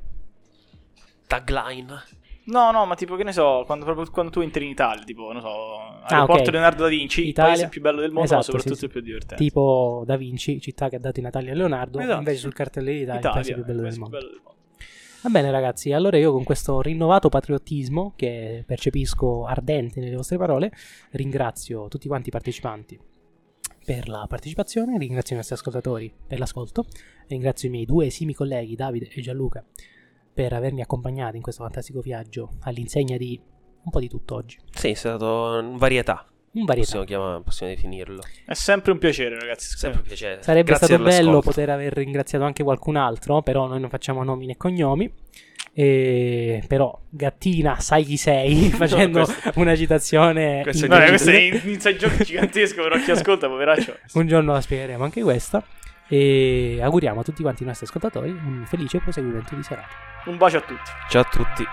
C: Tagline.
B: No, no, ma tipo che ne so, quando, proprio quando tu entri in Italia, tipo, non so,
A: Ah,
B: aeroporto
A: ok.
B: Leonardo da Vinci,
A: Italia.
B: il paese più bello del mondo, ma
A: Esatto,
B: soprattutto
A: sì, sì.
B: il più divertente.
A: Tipo Da Vinci, città che ha dato i Natali a Leonardo,
B: Esatto,
A: invece
B: sì.
A: sul cartellino d'Italia, il paese più bello del mondo.
B: bello del mondo.
A: Va bene ragazzi, allora io con questo rinnovato patriottismo che percepisco ardente nelle vostre parole, ringrazio tutti quanti i partecipanti per la partecipazione, ringrazio i nostri ascoltatori per l'ascolto, ringrazio i miei due esimi colleghi Davide e Gianluca per avermi accompagnato in questo fantastico viaggio all'insegna di un po' di tutto oggi,
C: Sì, è stato un varietà.
A: in varietà.
C: Possiamo, chiamare, possiamo definirlo.
B: È sempre un piacere, ragazzi.
C: Sempre un piacere.
A: Sarebbe
C: Grazie
A: stato
C: dell'ascolto.
A: bello poter aver ringraziato anche qualcun altro, però noi non facciamo nomi né cognomi. E però Gattina, sai chi sei, facendo
C: questo-
A: una citazione.
C: questo è
B: No,
A: incredibile.
B: questo è un inside joke gigantesco, però chi ascolta, poveraccio.
A: Un giorno la spiegheremo anche questa. E auguriamo a tutti quanti i nostri ascoltatori un felice proseguimento di serata.
B: Un bacio a tutti.
C: Ciao a tutti.